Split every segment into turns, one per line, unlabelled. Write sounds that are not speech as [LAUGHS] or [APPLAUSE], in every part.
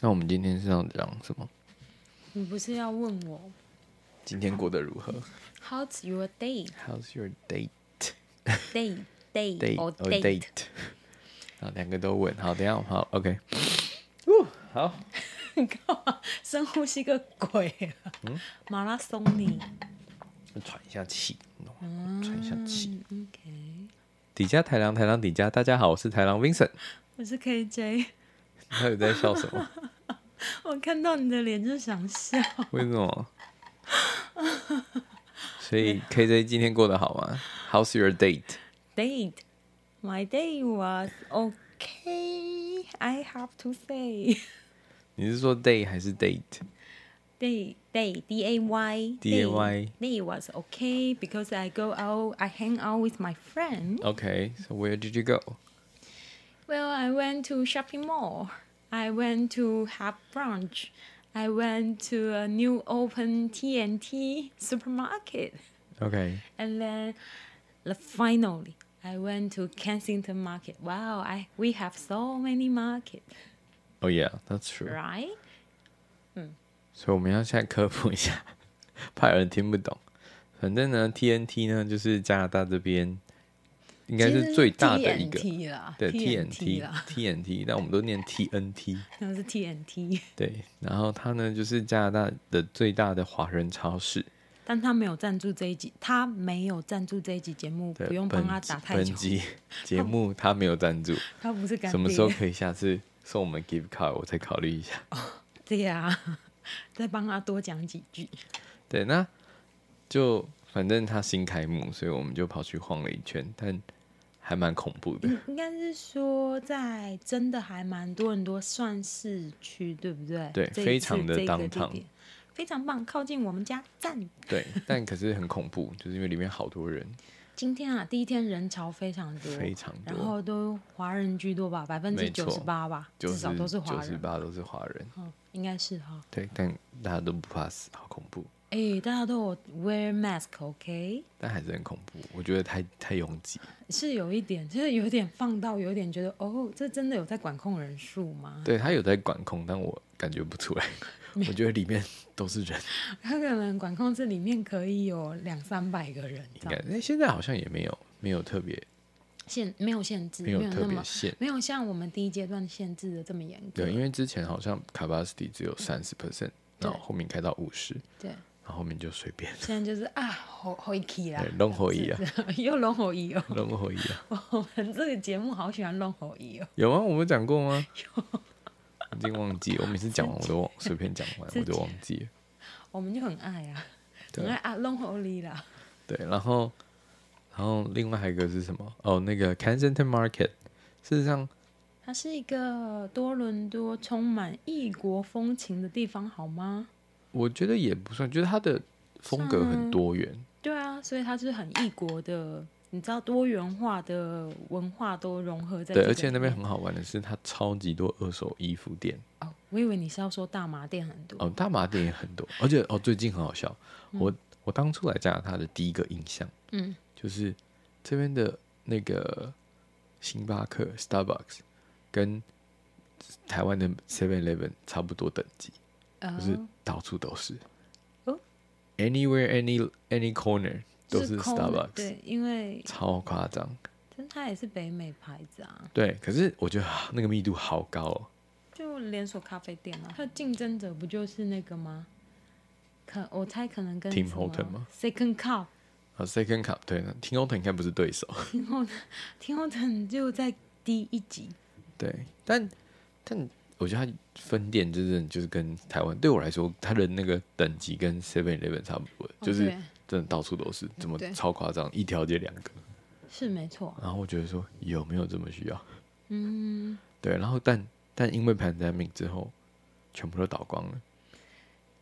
那我们今天是要讲什么？
你不是要问我
今天过得如何
How's your day
？How's your date?
day day
Date
or
or
date？ [LAUGHS]
date？好，两个都问。好，等一下好，OK。好，
你干嘛深呼吸个鬼啊？马拉松你
喘一下气，你懂吗？喘一下气。
OK？
嗯底下台郎，台郎底下，大家好，我是台郎 Vincent。
我是 KJ，
他有在笑什 [LAUGHS] 么？
我看到你的脸就想笑。
为什么？所以 KJ 今天过得好吗？How's your date？
[LAUGHS] Date my day was okay. I have to say [LAUGHS]
你是说 day 还是 date？
day day d a y
DAY
day was okay because I go out I hang out with my friend.
Okay, so where did you go?
Well, I went to shopping mall. I went to have brunch. I went to a new open TNT supermarket.
Okay,
And then the, finally, I went to Kensington Market. Wow, I we have so many markets,
oh yeah, that's true.
right?
所以我们要现在科普一下， [LAUGHS] 怕有人听不懂。反正呢，TNT 呢就是加拿大这边应该是最大的一个，
TNT 啦，
对
TNT
TNT
啦，
TNT，但我们都念
[LAUGHS]
TNT。
那是 TNT，
对，然后它呢就是加拿大的最大的华人超市。
但他没有赞助这一集，他没有赞助这一集节目，
对，
不用帮
本
他
集
打太
本
久， [LAUGHS]
集节目他没有赞助，
他不 [LAUGHS] 是干爹。
什么时候可以下次送我们 gift card？我再考虑一下。
[LAUGHS] 对呀、再帮他多讲几句。
对，那就反正它新开幕，所以我们就跑去晃了一圈，但还蛮恐怖的。
应该是说，在真的还蛮多人都算市区，对不对？
对
这一
非
次
常的
这个地
downtown
点非常棒，靠近我们家，赞！
对，但可是很恐怖，就是因为里面好多人，
今天啊，第一天人潮非常多，
非常
然
多，
后都华人居多吧，百分之
没
九
错
十八吧，
就
至少都是华
九十
人，
八都是华人。
嗯，应该是哈。
对，但大家都不怕死，好恐怖，
哎、大家都有 wear mask，OK？、
但还是很恐怖。我觉得太太拥挤，
是有一点，就是有点放到，有点觉得，哦，这真的有在管控人数吗？
对他有在管控，但我感觉不出来。我觉得里面都是
[LAUGHS]
人，
他 [LAUGHS] 可能管控这里面可以有两三百个人这
应
样，
该那现在好像也没有没有特别
限没有限制，
没
没
有特
那
别
么
限，
没有像我们第一阶段限制的这么严格。
对，因为之前好像 capacity 只有三十 percent，然后
对
后面开到五十，
对
然后后面就随便 [LAUGHS]
现在就是啊，吼吼一起啦
对，弄吼一啊，
是， [LAUGHS] 又龙吼一哦。 [LAUGHS]
弄回一啊，
我们这个节目好喜欢龙吼一哦，
有吗？啊我们讲过吗？ [LAUGHS] 有，已经忘记了，我每次讲完我都忘，随便讲完
自己
我就忘记了。
我们就很爱啊，
对
很爱啊龙吼一啦。
对，然后然后另外还有一个是什么？哦，那个 Kensington Market，事实上
它是一个多伦多充满异国风情的地方，好吗？
我觉得也不算，就是它的风格很多元，
对啊，所以它就是很异国的，你知道多元化的文化都融合在这
对，
个
而
里
且
面。
那边很好玩的是，它超级多二手衣服店。
哦，我以为你是要说大麻店很多。
哦，大麻店也很多，而且哦，最近很好笑，我我当初来加拿大的第一个印象
嗯，
就是这边的那个星巴克 （Starbucks） 跟台湾的 Seven Eleven 差不多等级，
呃
就是到处都是。
哦
Anywhere, any any corner 都
就是 Kona，
Starbucks，
对，因为
超夸张。
但它也是北美牌子啊，
对，可是我觉得啊那个密度好高哦。
就连锁咖啡店啊，它的竞争者不就是那个吗？可我猜可能跟
Tim
什么
Horton 吗
？Second Cup，
啊，Second Cup 对，Tim Horton 应该不是对手。
Tim Horton 就在第一集，
对，但但我觉得它分店就是就是跟台湾对我来说，它的那个等级跟 Seven Eleven 差不多，
哦
就是
对
真的到处都是，怎么
对
超夸张，一条街两个。
是没错。
然后我觉得说有没有这么需要？
嗯，
[LAUGHS] 对，然后但但因为 pandemic 之后，全部都倒光了。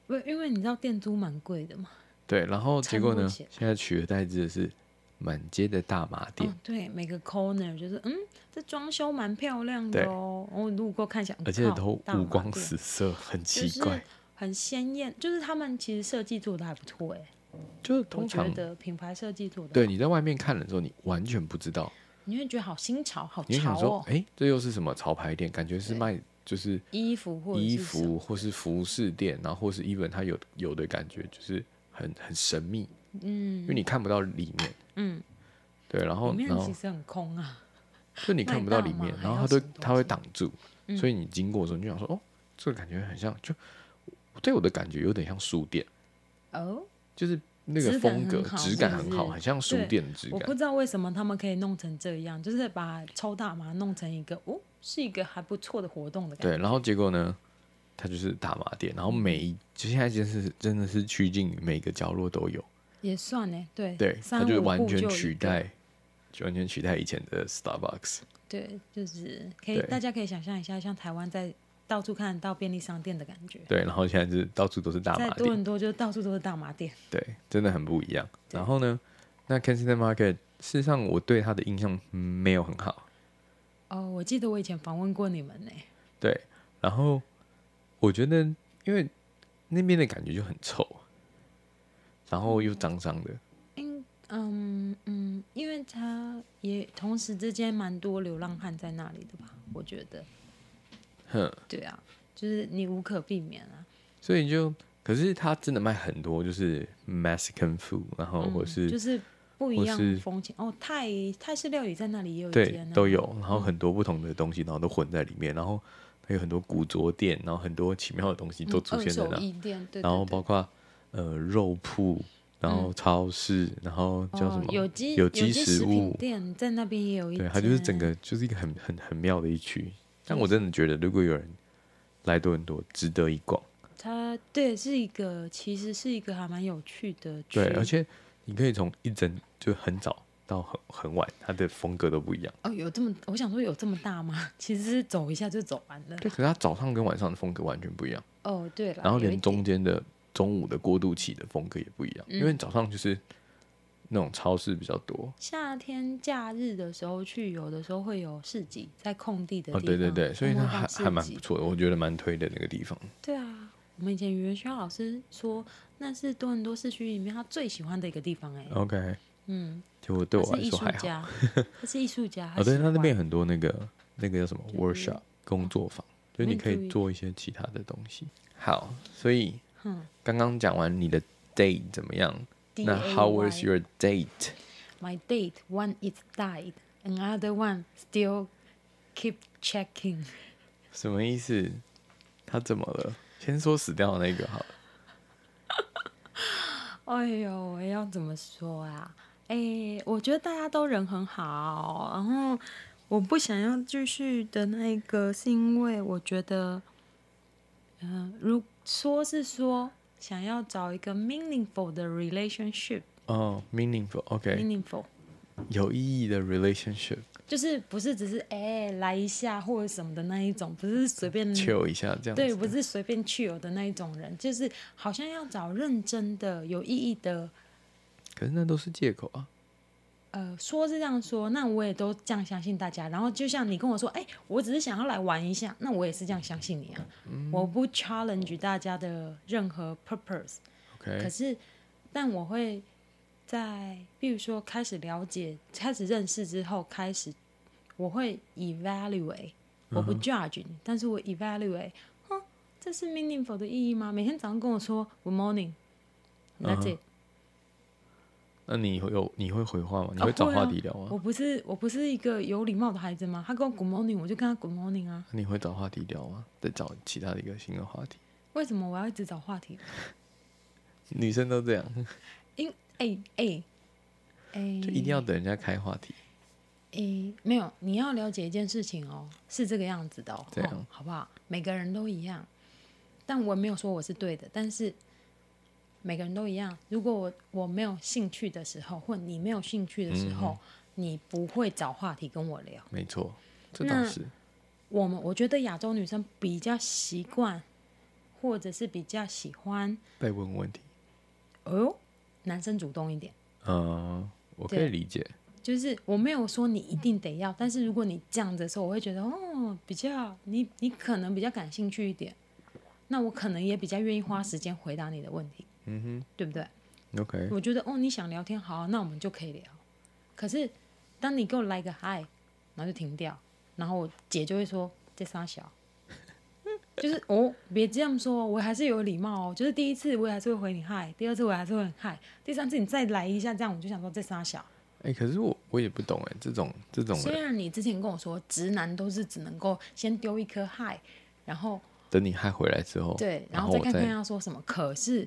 不，因为你知道店租蛮贵的嘛。
对，然后结果呢？
沉默起来
现在取而代之的是满街的大麻店，
哦，对，每个 corner 就是，嗯，这装修蛮漂亮的哦。我路过看一下，
而且
靠
都
大麻
五光
店
十色，很奇
就是
怪。
很鲜艳，就是他们其实设计做的还不错哎，
就是
我
通
觉
常
得品牌设计做的，
对你在外面看了之后，你完全不知道
你会觉得好新潮，好
你就
潮
想说
哦，。
哎、这又是什么潮牌店？感觉是
对
卖就是
衣服或者是
衣
什么
服或是服饰店，然后或是 even 它有有的感觉就是很很神秘，嗯，因为你看不到里面，
嗯，
对，然后然
里面
后
其实很空啊，
就你看不到里面
麦当，劳
然后
还
它
有
都
什么东西嗯
它会挡住，所以你经过的时候你就想说，哦，这个感觉很像，就对我的感觉有点像书店，
哦，
就是那
质
个
感
风格
很好
质感
是不
很
是
好，很像书
对
店的质
我
感
不。知道为什么他们可以弄成这样，就是把抽大麻弄成一个哦，是一个还不错的活动的感觉。
对，然后结果呢，它就是大麻店，然后每一就现在真是真的是趋近于每个角落都有，
也算呢，对
对，它
三
就
五
完
步
全
就
取
一个，
代，就完全取代以前的 Starbucks。
对，就是可以，
对
大家可以想象一下，像台湾在到处看得到便利商店的感觉，
对，然后现在就是到处都是大
在
麻
多
店，
伦多就到处都是大麻店，
对，真的很不一样。然后呢，那 Kensington Market，事实上我对它的印象没有很好，
哦，我记得我以前访问过你们呢，
对，然后我觉得因为那边的感觉就很臭，然后又脏脏的，
因嗯嗯，因为他也同时之间蛮多流浪汉在那里的吧，我觉得，
哼。
对啊，就是你无可避免啊，
所以就，可是他真的卖很多，就是 Mexican food，然后哦或是、
嗯就是不一
或
样
是
风情哦。泰泰式料理在那里也有一
对
间、啊，
都有，然后很多不同的东西，然后都混在里面，然后还有很多古着店，然后很多奇妙的东西
嗯
都出现在
二
那，
手衣店，对对
然后
对嗯
包括呃肉铺，然后超市，然后叫什
哦
么、
有机
有
机
机
食
食
品
物，
店在那边也有一间，
对，它就是整个就是一个很很很妙的一区。但我真的觉得，如果有人来多伦多，值得一逛。
它对是一个其实是一个还蛮有趣的区，
对，而且你可以从一整就很早到很很晚，它的风格都不一样。
哦有这么我想说有这么大吗？ [LAUGHS] 其实是走一下就走完了。
对，可是它早上跟晚上的风格完全不一样，
哦对了，
然后
有一
连中间的中午的过渡期的风格也不一样，因为早上就是那种超市比较多。
夏天假日的时候去，有的时候会有市集在空地的地
哦，
方，
对对对，所以
我们
它
会
还
放市
还蛮
集
不错的，我觉得蛮推的那个地方。
对啊，我们以前语文学校老师说，那是多伦多市区里面他最喜欢的一个地方哎、
OK，
嗯，
就哦对
他
我来
是艺
说
术
还好。 [LAUGHS]
家，他是艺术家，
哦，对，
喜
它那
欢
边很多那个那个叫什么 workshop 工作坊，就是你可
没注
以
意
做一些其他的东西。好，所以
嗯
刚刚讲完你的 date 怎么样？
D
那
A
How
Y
was your date？
my date one is died, another one still keep checking。
什么意思？他怎么了？先说死掉的那个好了。
哎呦，我要怎么说啊？哎，我觉得大家都人很好，然后我不想要继续的那一个，是因为我觉得，嗯、如说是说想要找一个 meaningful 的 relationship，meaningful、
哦、m e a n i n g f u l o k 有意义的 relationship，
就是不是只是哎来一下或者什么的那一种，不是随便
chill 一下这样子。
对，不是随便去有的那一种人，就是好像要找认真的、有意义的。
可是那都是借口啊。
呃，说是这样说，那我也都这样相信大家。然后就像你跟我说，哎、我只是想要来玩一下，那我也是这样相信你啊。
嗯
我不 challenge 大家的任何 purpose，可
OK，
是，但我会在，比如说开始了解、开始认识之后，开始我会 evaluate，我
嗯
不 judge 你，但是我 evaluate，哼，这是 meaningful 的意义吗？每天早上跟我说 good morning，that's
嗯哼
it，、
那你会有你会回话吗？你
哦
会找
会啊
话题聊吗？
我不是我不是一个有礼貌的孩子吗？他跟我 good morning，我就跟他 good morning 啊，
你会找话题聊吗？再找其他的一个新的话题。
为什么我要一直找话题？
女生都这样，
因哎哎哎，
就一定要等人家开话题。
诶，没有，你要了解一件事情哦，是这个样子的哦，
这样
哦好不好？每个人都一样，但我没有说我是对的，但是每个人都一样。如果我我没有兴趣的时候，或你没有兴趣的时
嗯
候，你不会找话题跟我聊。
没错，这
那
倒是。
我们我觉得亚洲女生比较习惯，或者是比较喜欢，
再问问题，
哦，男生主动一点。
嗯，我可以
对
理解。
就是我没有说你一定得要，但是如果你这样子的时候，我会觉得哦，比较你你可能比较感兴趣一点，那我可能也比较愿意花时间回答你的问题，嗯哼，对不对？
OK，
我觉得哦，你想聊天好，那我们就可以聊。可是当你给我来个嗨，然后就停掉，然后我姐就会说这傻小， [LAUGHS] 就是哦，别这样说，我还是有礼貌哦。就是第一次我也还是会回你嗨，第二次我还是会很嗨，第三次你再来一下，这样我就想说这仨小。
哎、可是我我也不懂哎，这种这种
虽
人
然你之前跟我说，直男都是只能够先丢一颗嗨，然后
等你嗨回来之后，
对，
然
然后再
我
看看啊
再
要说什么。可是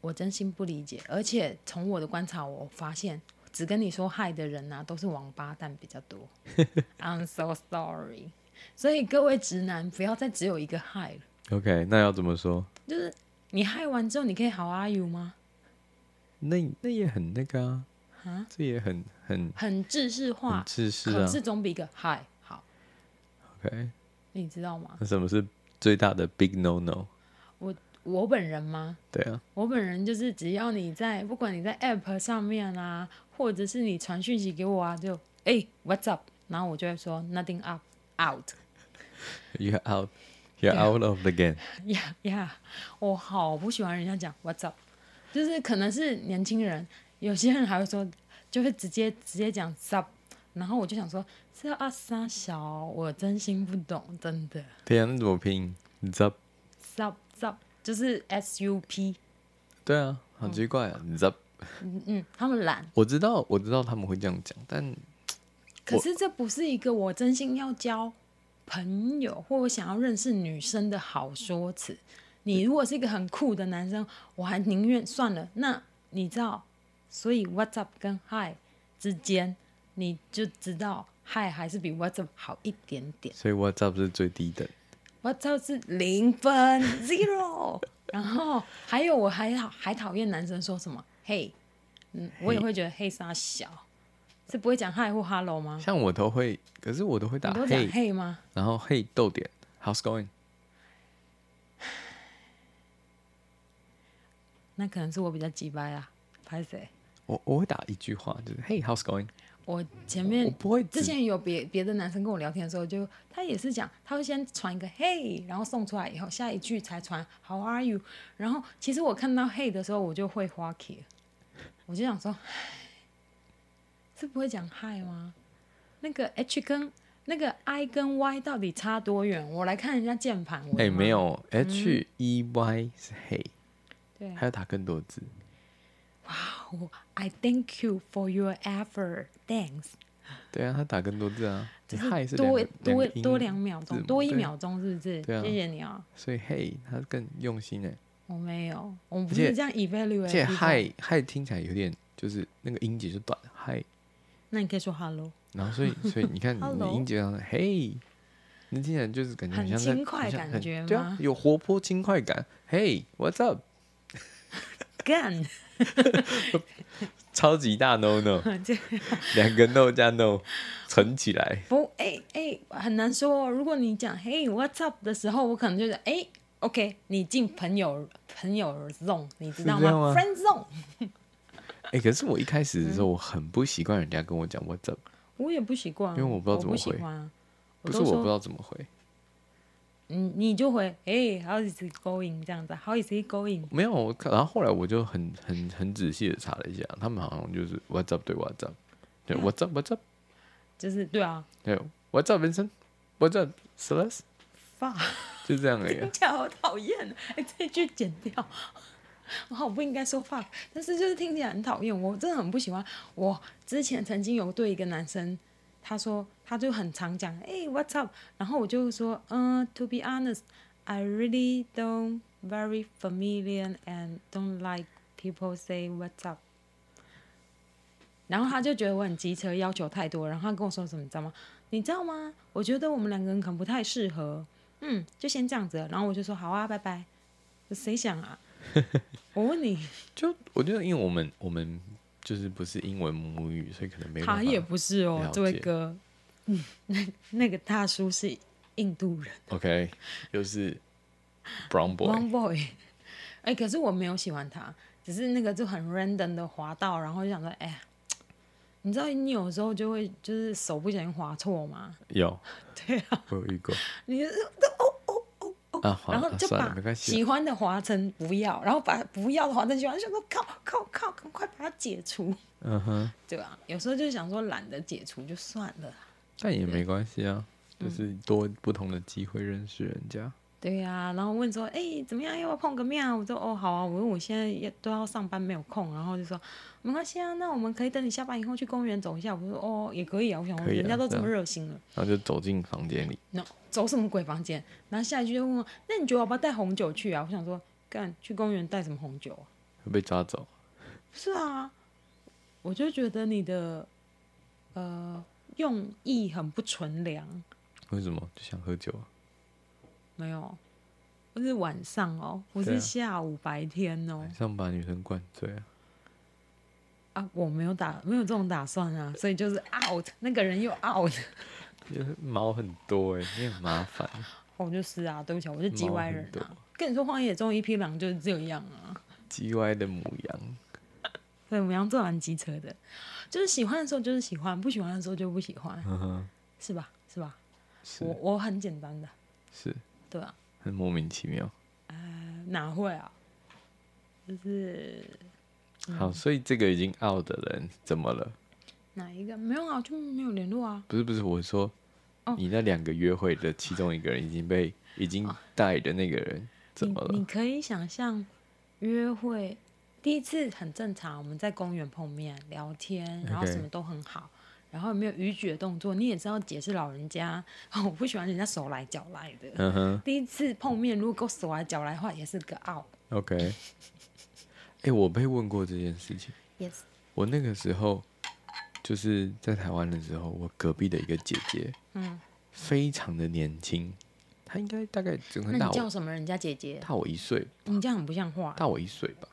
我真心不理解，而且从我的观察，我发现只跟你说嗨的人呐、啊都是王八蛋比较多。I'm so sorry。所 [LAUGHS] 以各位直男，不要再只有一个嗨了。
OK，那要怎么说？
就是你嗨完之后，你可以好 are you 吗？
那那也很那个啊，
啊
这也很很
很制式
很
化，
自私
可
啊。
是总比一个嗨好，
OK，
你知道吗？
那什么是最大的 big no no？
我本人吗？
对啊，
我本人就是只要你在，不管你在 App 上面啊，或者是你传讯息给我啊，就哎、What's up？然后我就会说 Nothing up [LAUGHS] out。
You're out. You're
对啊
out of the
[LAUGHS]
game.
呀呀，我好不喜欢人家讲 What's up，就是可能是年轻人，有些人还会说，就会直接直接讲 Sup，然后我就想说这二三小，我真心不懂，真的
对啊，那怎么拼？你知道？
Sup Sup 就是 S U P，
对啊，好奇怪啊！你知道？
嗯嗯，他们懒，
我知道，我知道他们会这样讲，但
可是这不是一个我真心要交朋友或我想要认识女生的好说辞。你如果是一个很酷的男生，我还宁愿算了。那你知道，所以 What's up 跟 Hi 之间，你就知道 Hi 还是比 What's up 好一点点。
所以 What's up 是最低等。
嗯 What's up 是零分 zero。然 [LAUGHS] 后还有我还好还讨厌男生说什么 Hey，嗯，我也会觉得 Hey 傻小，是不会讲 Hi 或 Hello 吗？
像我都会，可是我都会打
你都讲
Hey，
Hey 吗？
然后 Hey 逗点，How's going？
那可能是我比较急掰啊，拍谁？
我我会打一句话，就是 Hey How's going？
我前
哦我
面
不会
嗯之
只
前有别别的男生跟我聊天的时候就，他也是讲，他会先传一个 Hey，然后送出来以后，下一句才传 How are you？然后其实我看到 Hey 的时候，我就会花 k 我就想说，唉是不会讲 Hi 吗？那个 H 跟那个 I 跟 Y 到底差多远？我来看人家键盘，我的嗯
哎、
妈
没，有 H E Y 是 Hey，
对
还要打更多字。
我 I thank you for your effort, thanks。
对啊，他打更多字啊。你 Hi 是两
多
个
多
个音
多两秒
字
钟，
母
多一
对
秒钟是不是？
对啊
谢谢你啊，
所以 Hey 他更用心哎、
我没有，我们不
而
是
且
这样
而且
evaluate。，
嗨嗨听起来有点就是那个音节就短嗨，
那你可以说 hello，
然后所以所以你看你的
Hello
音节上嘿，那听起来就是感觉
很
像在
轻快
很像
感
很
觉
对啊
吗，
有活泼轻快感。Hey，what's up？
干，
超级大 no no，
[LAUGHS] 这
两个 no 加 no 乘起来，
不，哎哎，很难说哦。如果你讲 Hey what's up 的时候，我可能就是哎，OK，你进朋友朋友 zone，你知道
是这样吗
吗？Friend zone，
哎、可是我一开始的
嗯
时候我很不习惯人家跟我讲 what's up，
我也不习惯啊，
因为我不知道怎么
喜
回
欢啊。
不是
都
我不知
说，
道怎么回，
嗯，你就回，哎，How is it going？这样子，How is it going？
没有，我看然后后来我就很很很仔细的查了一下，他们好像就是 what's up 对 what's up，对
嗯
what's up what's up。
就是对啊，
对，What's up, Vincent? What's up, Celeste？
发。
就这样而已啊
听。起来好讨厌，哎、这句剪掉。我好不应该说 fuck，但是就是听起来很讨厌，我真的很不喜欢。我之前曾经有对一个男生，他说他就很常讲，哎、w h a t s up？然后我就说，嗯、t o be honest，I really don't very familiar and don't like people say what's up。然后他就觉得我很机车，要求太多，然后他跟我说什么，你知道吗？你知道吗？我觉得我们两个人可能不太适合。嗯，就先这样子了。然后我就说好啊，拜拜。谁想
[LAUGHS]
啊？我问你，
就我觉得，因为我们我们就是不是英文母语，所以可能没办
他
法。
也不是哦
了，
这位
解
哥，嗯，那那个大叔是印度人
OK，又是 Brown
，Long
Boy。
Boy。哎、 [LAUGHS] 可是我没有喜欢他，只是那个就很 random 的滑到，然后就想说，哎、呀，你知道你有时候就会就是手不小心滑错吗？
有，
对啊，
我有遇过
你就是 [LAUGHS] 哦
啊。好
然后
了，
就
算
把
了，没关系啊。
喜欢的华晨不要，然后把不要的华晨喜欢，就说靠靠靠，赶快把它解除。
嗯哼，
对吧？有时候就想说懒得解除就算了啦。啊嗯
但也没关系啊，就是多不同的机会认识人家。
对呀、然后问说，哎、怎么样？要不要碰个面啊？我说，哦，好啊。我说我现在也都要上班，没有空。然后就说，没关系啊，那我们可以等你下班以后去公园走一下。我说，哦，也可以啊。我想，说
可以啊
人家都这么
对
热心了，
然后就走进房间里，
那、走什么鬼房间？然后下一句就问我，那你觉得我要不要带红酒去啊？我想说，干去公园带什么红酒啊？
会被抓走。
是啊，我就觉得你的呃用意很不纯良。
为什么？就想喝酒啊？
没有，不是晚上哦，我
对
是
啊
下午白天哦
晚。上把女生灌醉啊？
啊，我没有打，没有这种打算啊，所以就是 out，那个人又 out， [LAUGHS]
就是毛很多哎、你很麻烦。
我就是啊，对不起，我是
毛
局外
很
人
多
啊。跟你说，荒野中一匹狼就是这样啊，
G Y 的母羊，
对，母羊座蛮机车的，就是喜欢的时候就是喜欢，不喜欢的时候就不喜欢，
呵呵，
是吧？是吧？我
嗯是
我很简单的，
是，
对啊，
很莫名其妙。
哪会啊？嗯
好，所以这个已经 out 的人怎么了？
哪一个没有啊？就没有联络啊？
不是不是，我说
哦
你那两个约会的其中一个人已经被已经带的那个
哦
人怎么
你？
了
你？可以想象约会第一次很正常，我们在公园碰面聊天，然后
OK
什么都很好。然后也没有逾矩的动作，你也知道姐是老人家， [LAUGHS] 我不喜欢人家手来脚来的。
嗯哼
第一次碰面，如果够手来脚来的话，也是个 out。
，OK。哎、 [LAUGHS] 我被问过这件事情。
Yes，
我那个时候就是在台湾的时候，我隔壁的一个姐姐，
嗯，
非常的年轻，她应该大概整个
那
大
你叫
我
什么人家姐姐？
大我一岁，
你这样很不像话。
大我一岁吧，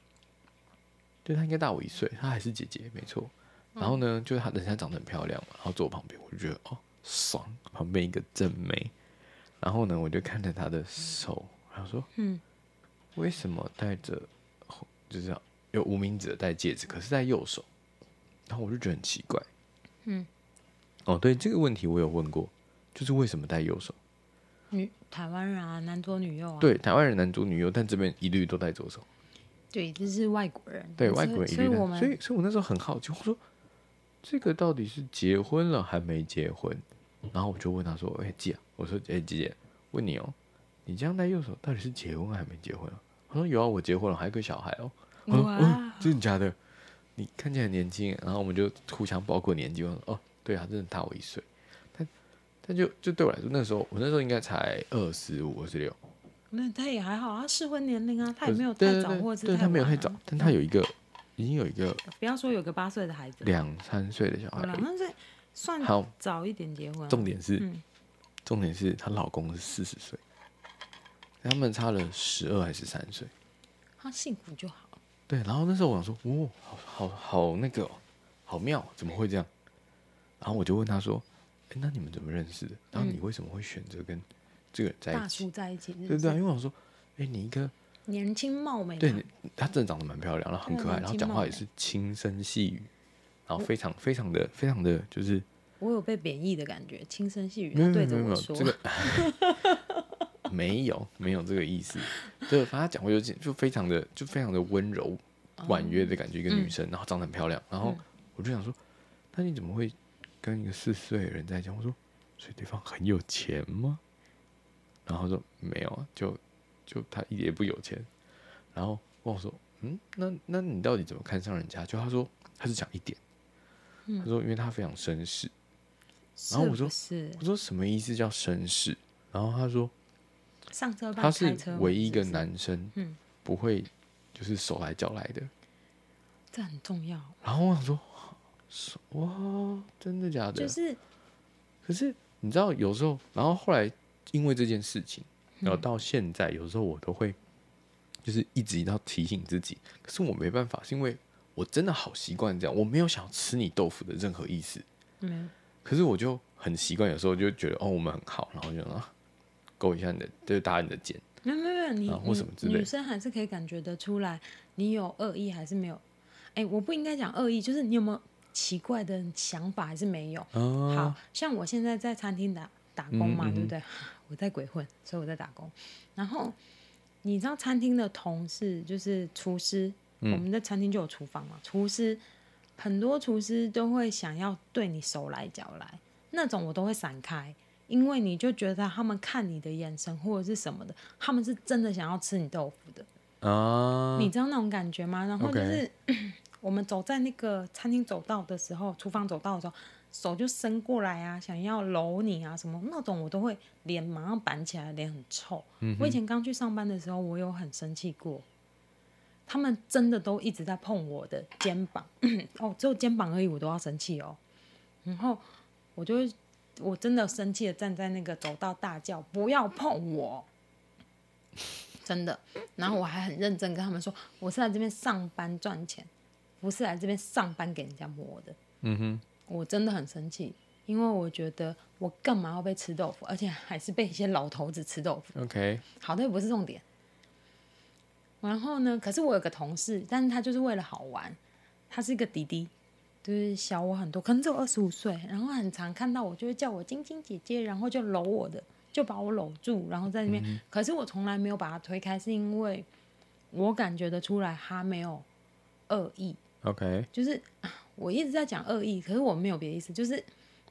对，她应该大我一岁，她还是姐姐，没错。
嗯
然后呢，就是她人家长得很漂亮嘛，然后坐我旁边，我就觉得哦爽，旁边一个正妹。然后呢，我就看着她的手，然后说
嗯，
为什么戴着就是有无名指的戴戒指，可是戴右手？然后我就觉得很奇怪。
嗯，
哦，对这个问题我有问过，就是为什么戴右手？
女台湾人啊，男左女右啊。
对，台湾人男左女右，但这边一律都戴左手。
对，这是外国人。
对，
所
外
以
国人一
所以
律戴左
我
手。所
们
以，所以我那时候很好奇，我说这个到底是结婚了还没结婚？然后我就问他说：“哎、姐啊、我说：“哎、姐姐，问你哦，你这样戴右手到底是结婚还没结婚啊？”他说：“有啊，我结婚了，还有一个小孩哦。”我
啊
说：“嗯
哇，，
真的假的？你看起来很年轻耶。”然后我们就互相包括年纪，我说：“哦，对啊，真的大我一岁。”但但就就对我来说，那时候我那时候应该才二十五、二十六，
那他也还好啊，适婚年龄啊，他
嗯可
也
是
没有
对
太
对
早
对
或者
对
是
他没有
晚
太
啊
早，但他有一个已经有一个
不要说有个八岁的孩子，
两三岁的小
好
孩
了
而，已。
那是算
啊好
早一点结婚啊、
重点是，
嗯
重点是她老公是四十岁，他们差了十二还是三岁。
他幸福就好。
对，然后那时候我想说，哦，好好好那个哦、好妙哦，怎么会这样？然后我就问他说，哎，那你们怎么认识的？然后你为什么会选择跟这个人在
嗯大
一起？
叔在一起，
对对啊，因为我想说，哎，你一
嗯
个
年轻貌美、啊，
对，你她真的长得蛮漂亮，然后很
对
可爱，
年
然后
嗯轻
讲
貌
话
美
也是轻声细语，然后非常非常的非常的就是
我有被贬义的感觉，轻声细语，
没有
他
没
对
有没有没
着我
有
说，
这个 [LAUGHS] 没有没有这个意思，就是反正他讲话就就非常的就非常的温柔
哦
婉约的感觉，一个女
嗯
生，然后长得很漂亮，然后我就想说，那你怎么会跟一个四十岁的人在讲？我说，所以对方很有钱吗？然后他说没有啊，就就他一点也不有钱，然后问我说，嗯，那那你到底怎么看上人家？就他说他是讲一点，
嗯
他说因为他非常绅士。
是
然后我说
不是
我说什么意思叫绅士？然后他说
上车
他
班开
是
车吗，
唯一一个
是不是，
男生
嗯，
不会就是手来脚来的。
这很重要，
然后我想说，是哇，真的假的？
就是
可是你知道，有时候，然后后来因为这件事情，
嗯
然后到现在，有时候我都会就是一直要提醒自己，可是我没办法，是因为我真的好习惯这样，我没有想吃你豆腐的任何意思。
没有
可是我就很习惯，有时候就觉得哦，我们很好，然后就啊勾一下你的，就是搭你的肩。
没有没有没有，你、
啊或什么之
你
类
女生还是可以感觉得出来，你有恶意还是没有？哎，我不应该讲恶意，就是你有没有奇怪的想法还是没有？
哦
好像我现在在餐厅打打工嘛，
嗯嗯
对不对？我在鬼混，所以我在打工。然后你知道餐厅的同事就是厨师，
嗯
我们在餐厅就有厨房嘛，厨师很多厨师都会想要对你手来脚来，那种我都会闪开，因为你就觉得他们看你的眼神或者是什么的，他们是真的想要吃你豆腐的，
啊，
你知道那种感觉吗？然后就
OK
是 [CLEARS THROAT] 我们走在那个餐厅走道的时候，厨房走道的时候，手就伸过来啊，想要揉你啊什么那种，我都会脸马上板起来，脸很臭。我以前刚去上班的时候，我有很生气过。他们真的都一直在碰我的肩膀， [CLEARS THROAT] 哦，只有肩膀而已，我都要生气哦。然后我就会，我真的生气的站在那个走道大叫：“不要碰我！”真的。然后我还很认真跟他们说，我是来这边上班赚钱，不是来这边上班给人家摸的。
嗯哼，
我真的很生气，因为我觉得我干嘛要被吃豆腐，而且还是被一些老头子吃豆腐。
OK，
好，那不是重点。然后呢，可是我有个同事，但是他就是为了好玩，他是一个弟弟，就是小我很多，可能只有二十五岁，然后很常看到我，就会叫我晶晶姐姐，然后就搂我的，就把我搂住，然后在那边。可是我从来没有把他推开，是因为我感觉得出来他没有恶意，
OK，
就是啊我一直在讲恶意，可是我没有别的意思，就是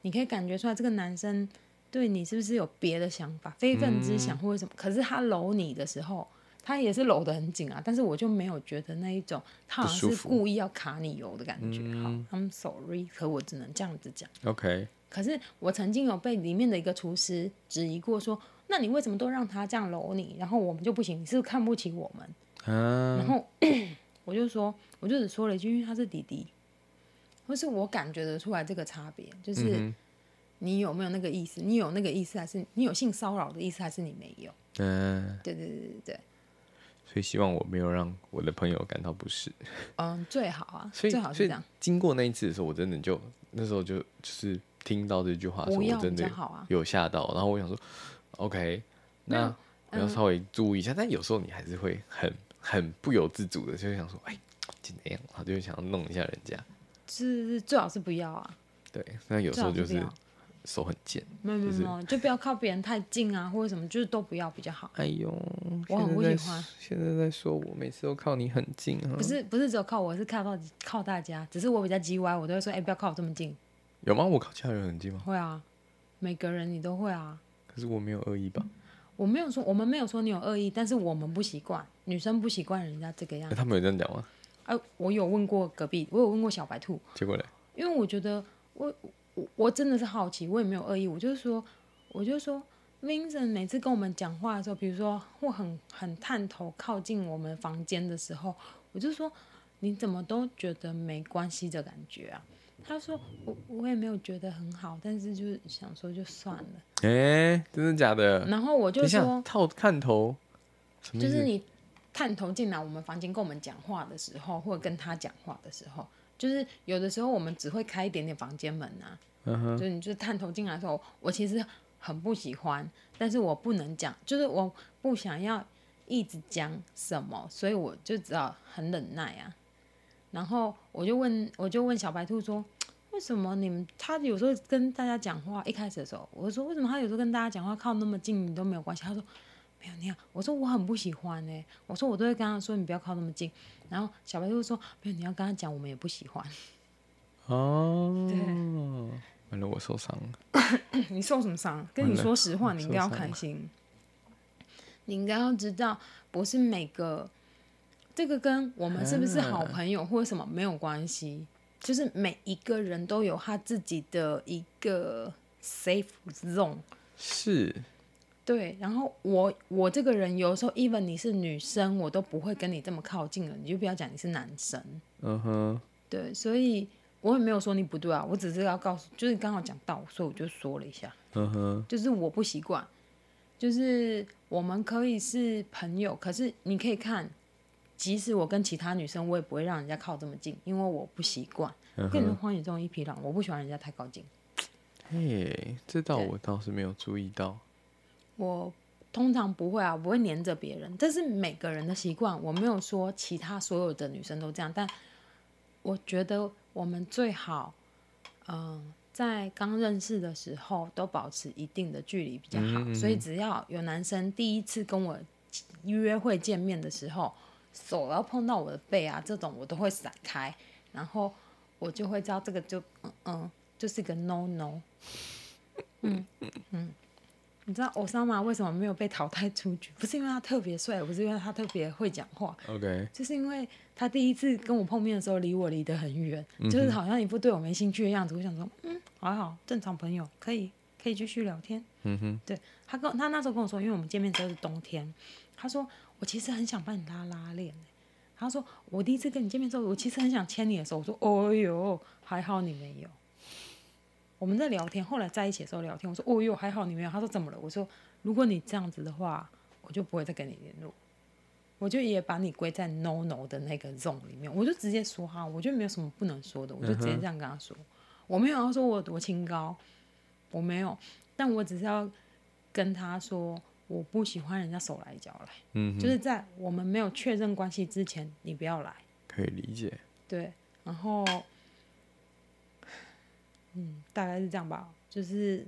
你可以感觉出来这个男生对你是不是有别的想法，非分之
嗯
想或者什么。可是他搂你的时候，他也是搂得很紧啊，但是我就没有觉得那一种他好像
不舒
是
服嗯
故意要卡你油的感觉。好，I'm sorry，可我只能这样子讲。
OK，
可是我曾经有被里面的一个厨师质疑过说，那你为什么都让他这样搂你，然后我们就不行？你是不是看不起我们？
啊
然后 [COUGHS] 我就说，我就只说了一句，因为他是弟弟，或是我感觉得出来这个差别，就是
嗯
你有没有那个意思？你有那个意思，还是你有性骚扰的意思，还是你没有？
哼，嗯，
对对对对对，
所以希望我没有让我的朋友感到不适。
嗯，最好啊，
所以，
最好
所
是
以
这样，
经过那一次的时候，我真的就那时候就就是听到这句话的时候，
不要
我
比
真
较
的
好啊。
有吓到，然后我想说，OK，
没有
那我要稍微注意一下。但有时候你还是会很很不由自主的，就会想说，哎，怎样？然后就会想要弄一下人家。
是最好是不要啊，
对，那有时候就
最
是
好是
手很贱。
没有没有
就是
没有，就不要靠别人太近啊，或者什么，就是都不要比较好。
哎呦，
我
现
很
在
不
在
喜欢
现在在说我每次都靠你很近啊
不，是不是只有靠我，是靠到靠大家，只是我比较叽歪，我都会说，哎、不要靠我这么近。
有吗？我靠其他人很近吗？
会啊，每个人你都会啊。
可是我没有恶意吧？
我没有说，我们没有说你有恶意，但是我们不习惯，女生不习惯人家这个样
哎
子。
他们有这样讲吗？
哎、我有问过隔壁，我有问过小白兔，
结果嘞，
因为我觉得我我我真的是好奇，我也没有恶意，我就是说，我就说，Vincent 每次跟我们讲话的时候，比如说或很很探头靠近我们房间的时候，我就说你怎么都觉得没关系的感觉啊？他说我我也没有觉得很好，但是就是想说就算了。
哎、真的假的？
然后我
等
就
一下
说，
套看头，什么意
就
思？
是你探头进来我们房间跟我们讲话的时候，或者跟他讲话的时候，就是有的时候我们只会开一点点房间门啊，
嗯哼，
就是你就是探头进来的时候，我其实很不喜欢，但是我不能讲，就是我不想要一直讲什么，所以我就只好很忍耐啊。然后我就问，我就问小白兔说。为什么你们他有时候跟大家讲话，一开始的时候，我就说为什么他有时候跟大家讲话靠那么近，你都没有关系？他说没有那样。我说我很不喜欢呢、欸我说我都会跟他说你不要靠那么近。然后小白兔说没有，你要跟他讲，我们也不喜欢。
哦，
对，
完了，我受伤了。
[CLEARS THROAT] 你受什么伤？跟你
完了嗯
说实话，你应该要
受伤了
开心。你应该要知道，不是每个这个跟我们是不是好朋友或者什么没有关系，就是每一个人都有他自己的一个 safe zone。
是，
对，然后我我这个人有时候，even 你是女生，我都不会跟你这么靠近了，你就不要讲你是男生。
嗯哼，
对，所以我也没有说你不对啊，我只是要告诉，就是刚好讲到，所以我就说了一下。
嗯哼，
就是我不习惯，就是我们可以是朋友，可是你可以看，即使我跟其他女生，我也不会让人家靠这么近，因为我不习惯。
嗯
跟你说
哼，
荒野中的一匹狼，我不喜欢人家太靠近。
嘿，这倒
对
我倒是没有注意
哦
到。
我通常不会啊，我不会黏着别人，这是每个人的习惯。我没有说其他所有的女生都这样，但我觉得我们最好，嗯、在刚认识的时候都保持一定的距离比较好。
嗯嗯嗯
所以只要有男生第一次跟我约会见面的时候，手要碰到我的背啊，这种我都会闪开，然后我就会知道这个就嗯嗯，就是一个 no no。嗯嗯，你知道奥莎玛为什么没有被淘汰出局？不是因为他特别帅，不是因为他特别会讲话，
OK，
就是因为他第一次跟我碰面的时候离我离得很远，
嗯
就是好像一副对我没兴趣的样子。我想说，嗯，还好，正常朋友，可以可以继续聊天。
嗯哼，
对他跟他那时候跟我说，因为我们见面之后是冬天，他说我其实很想帮你拉拉链欸、他说我第一次跟你见面之后，我其实很想牵你的手。我说哦哟，还好你没有。我们在聊天，后来在一起的时候聊天，我说哦哟，还好你没有。他说怎么了？我说如果你这样子的话，我就不会再跟你联络。我就也把你归在 no no 的那个 zone 里面，我就直接说哈，我就没有什么不能说
嗯
的，我就直接这样跟他说，我没有要说我有多清高，我没有，但我只是要跟他说，我不喜欢人家手来脚来，
嗯
就
哼，
是在我们没有确认关系之前，你不要来。
可以理解。
对，然后，嗯，大概是这样吧。就是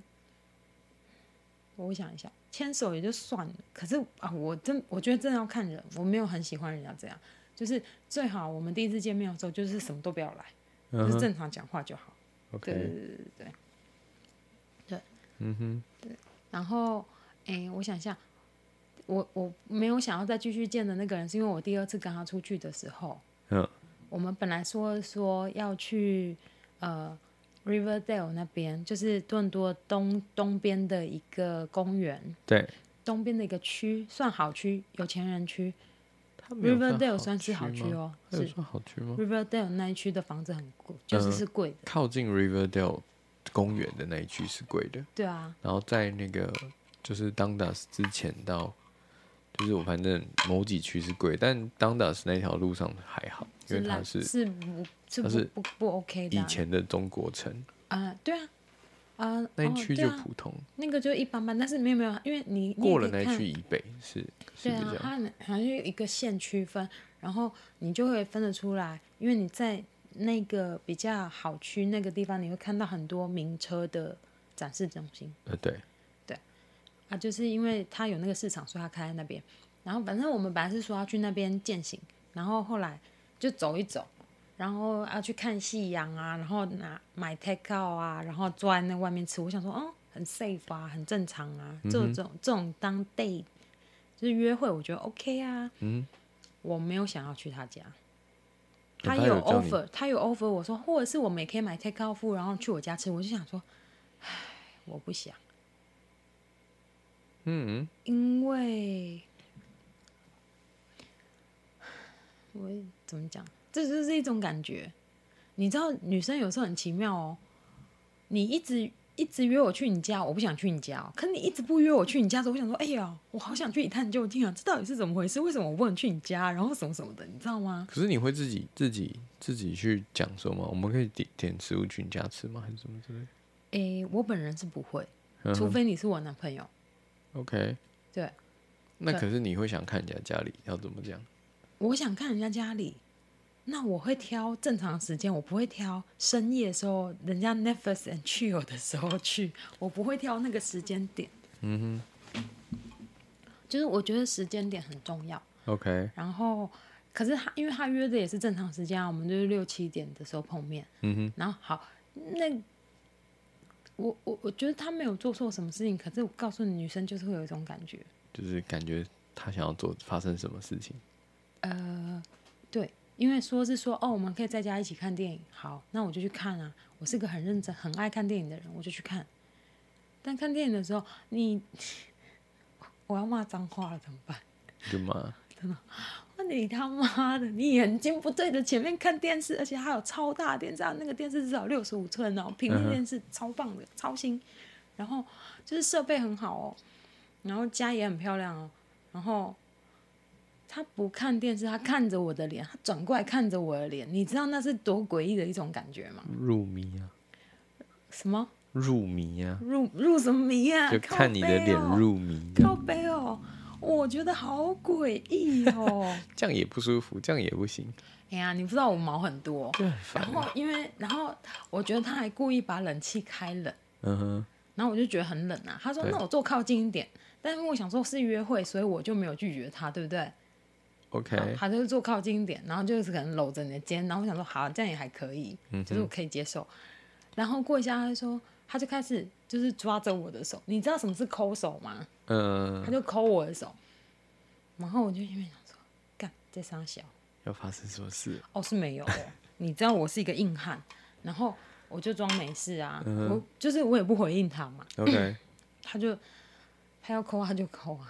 我想一下，牵手也就算了，可是啊，我真我觉得真的要看人，我没有很喜欢人家这样。就是最好我们第一次见面的时候，就是什么都不要来，
嗯
就是
哼
正常讲话就好。对对
，OK，
对对对。
嗯哼，
然后，诶，我想一下，我我没有想要再继续见的那个人，是因为我第二次跟他出去的时候，
嗯，
我们本来说说要去呃 Riverdale 那边，就是多伦多东东边的一个公园，
对，
东边的一个区，算好区，有钱人区。
他
Riverdale 算是好区哦，
他有
是
算好区吗？
Riverdale 那一区的房子很贵，就是
嗯
是贵的，
靠近 Riverdale 公园的那一区是贵的，
对啊，
然后在那个就是 Dundas 之前到，就是我反正某几区是贵，但 Dundas 那条路上还好，因为它
烂
是
是不
它
是不
是
不不 OK 的
以
啊
前的中国城，
啊，对啊。啊，
那一
哦
区
对
就
啊
普通，
那个就一般般，但是没有没啊有，因为你你也
过了
可以
那一
看
区以北是是
对
比
啊，
较
它好像有一个县区分，然后你就会分得出来，因为你在那个比较好区那个地方，你会看到很多名车的展示中心
呃对，
啊，就是因为它有那个市场，所以它开在那边。然后反正我们本来是说要去那边践行，然后后来就走一走，然后要去看夕阳啊，然后拿买 take out 啊，然后坐在那外面吃。我想说，哦，很 safe 啊，很正常啊，
嗯
这种、这种当 date 就是约会，我觉得 OK 啊。
嗯，
我没有想要去他家，
那
他
他
有
有叫你
offer，他有 offer 我说，或者是我们也可以买 take out food，然后去我家吃。我就想说，唉，我不想，
嗯，
因为我怎么讲，这就是一种感觉。你知道，女生有时候很奇妙哦，你一直一直约我去你家，我不想去你家、哦，可你一直不约我去你家的时候，我想说，哎呀，我好想去一探究竟啊，这到底是怎么回事？为什么我不能去你家？然后什么什么的，你知道吗？
可是你会自己自己自己去讲说吗？我们可以点点食物去你家吃吗？还是什么之类的？
诶、我本人是不会，
嗯
除
哼
非你是我男朋友。
OK，
对，
那
对
可是你会想看人家家里要怎么讲？
我想看人家家里，那我会挑正常时间，我不会挑深夜的时候，人家 Netflix and chill 的时候去，我不会挑那个时间点。
嗯
就是我觉得时间点很重要。
哼，OK，
然后，可是他因为他约的也是正常时间啊，我们就是六七点的时候碰面。
嗯哼，
然后好，那我我我觉得他没有做错什么事情，可是我告诉你，女生就是会有一种感觉，
就是感觉他想要做发生什么事情。
对，因为说是说哦，我们可以在家一起看电影，好，那我就去看啊。我是个很认真、很爱看电影的人，我就去看。但看电影的时候，你 [LAUGHS] 我要骂脏话了怎么办？
就嘛，
那你他妈的，你眼睛不对着前面看电视，而且还有超大的电视，啊那个电视至少六十五寸哦，平
嗯
面
哼
电视超棒的，超新，然后就是设备很好哦，然后家也很漂亮哦，然后他不看电视，他看着我的脸，他转过来看着我的脸，你知道那是多诡异的一种感觉吗？
入迷啊，
什么
入迷啊，
入入什么迷啊？
就看你的脸
靠背哦
入迷，这样
靠背哦，我觉得好诡异
[LAUGHS]
哦。
这样也不舒服，这样也不行，
哎呀，你不知道我毛很多，哦
就很烦
然。后因为，然后我觉得他还故意把冷气开冷，
嗯哼，
然后我就觉得很冷啊。他说：“
对
那我坐靠近一点。”但因为我想说是约会，所以我就没有拒绝他，对不对？然后
OK，
他就是坐靠近一点，然后就是可能搂
嗯
着你的肩，然后我想说好，这样也还可以，就是我可以接受。然后过一下，他就说：“他就开始就是抓着我的手，你知道什么是抠手吗？
嗯
他，就抠我的手，然后我就因为想说，干这傻小，
要发生什么事？
哦是没有的， [LAUGHS] 你知道我是一个硬汉，然后我就装没事啊，
嗯
我就是我也不回应他嘛，
[LAUGHS] OK，
他就他要抠他就抠啊，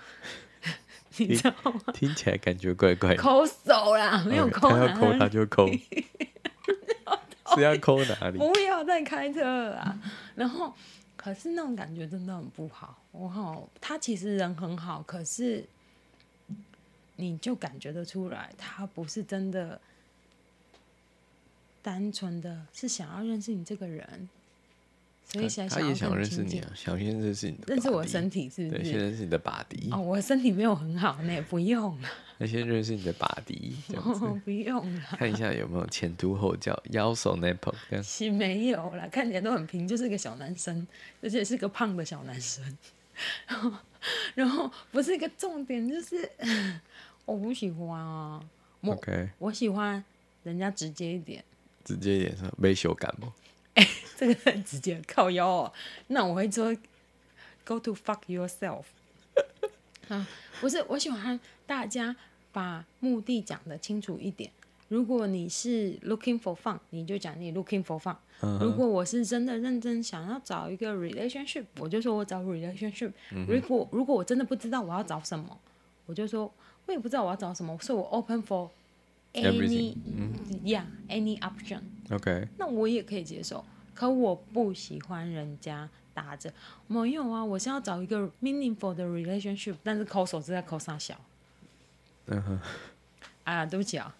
你知道吗？
听起来感觉怪怪的。
抠手啦，没有
嗯 OK，
抠
他
啦
要抠他就
[LAUGHS]
抠，是要抠哪里？
不要再开车了啊！然后，可是那种感觉真的很不好。我好，他其实人很好，可是你就感觉得出来，他不是真的单纯的是想要认识你这个人，所以才
他
要
也想
更
认识
亲
你
近。
啊，想先认识你的，
认识我的身
身，
体是不
对，先
是？
认识你的把迪
哦，，我的身体没有很好，那也不用了，
那先认识你的把迪，这
哦
样子
不用了，
看一下有没有前凸后翘、 [LAUGHS] 腰手 nipple 这样。
是没有了，看起来都很平，就是个小男生，而且是个胖的小男生。 [LAUGHS] 然后不是一个重点，就是 [LAUGHS] 我不喜欢啊，我
OK，
我喜欢人家直接一点，
直接一点说没羞感吗？
这个很直接靠腰哦。那我会说 “go to fuck yourself” [LAUGHS] 啊，不是，我喜欢大家把目的讲得清楚一点。如果你是 looking for fun，你就讲你 looking for fun。
嗯
如果我是真的认真想要找一个 relationship，我就说我找 relationship。如
嗯
果如果我真的不知道我要找什么，我就说我也不知道我要找什么，所以我 open for any
Everything，嗯
yeah any option。
OK，
那我也可以接受。可我不喜欢人家打着没有啊，我是要找一个 meaningful 的 relationship，但是抠手是在抠上小。
嗯哼，
啊，对不起啊，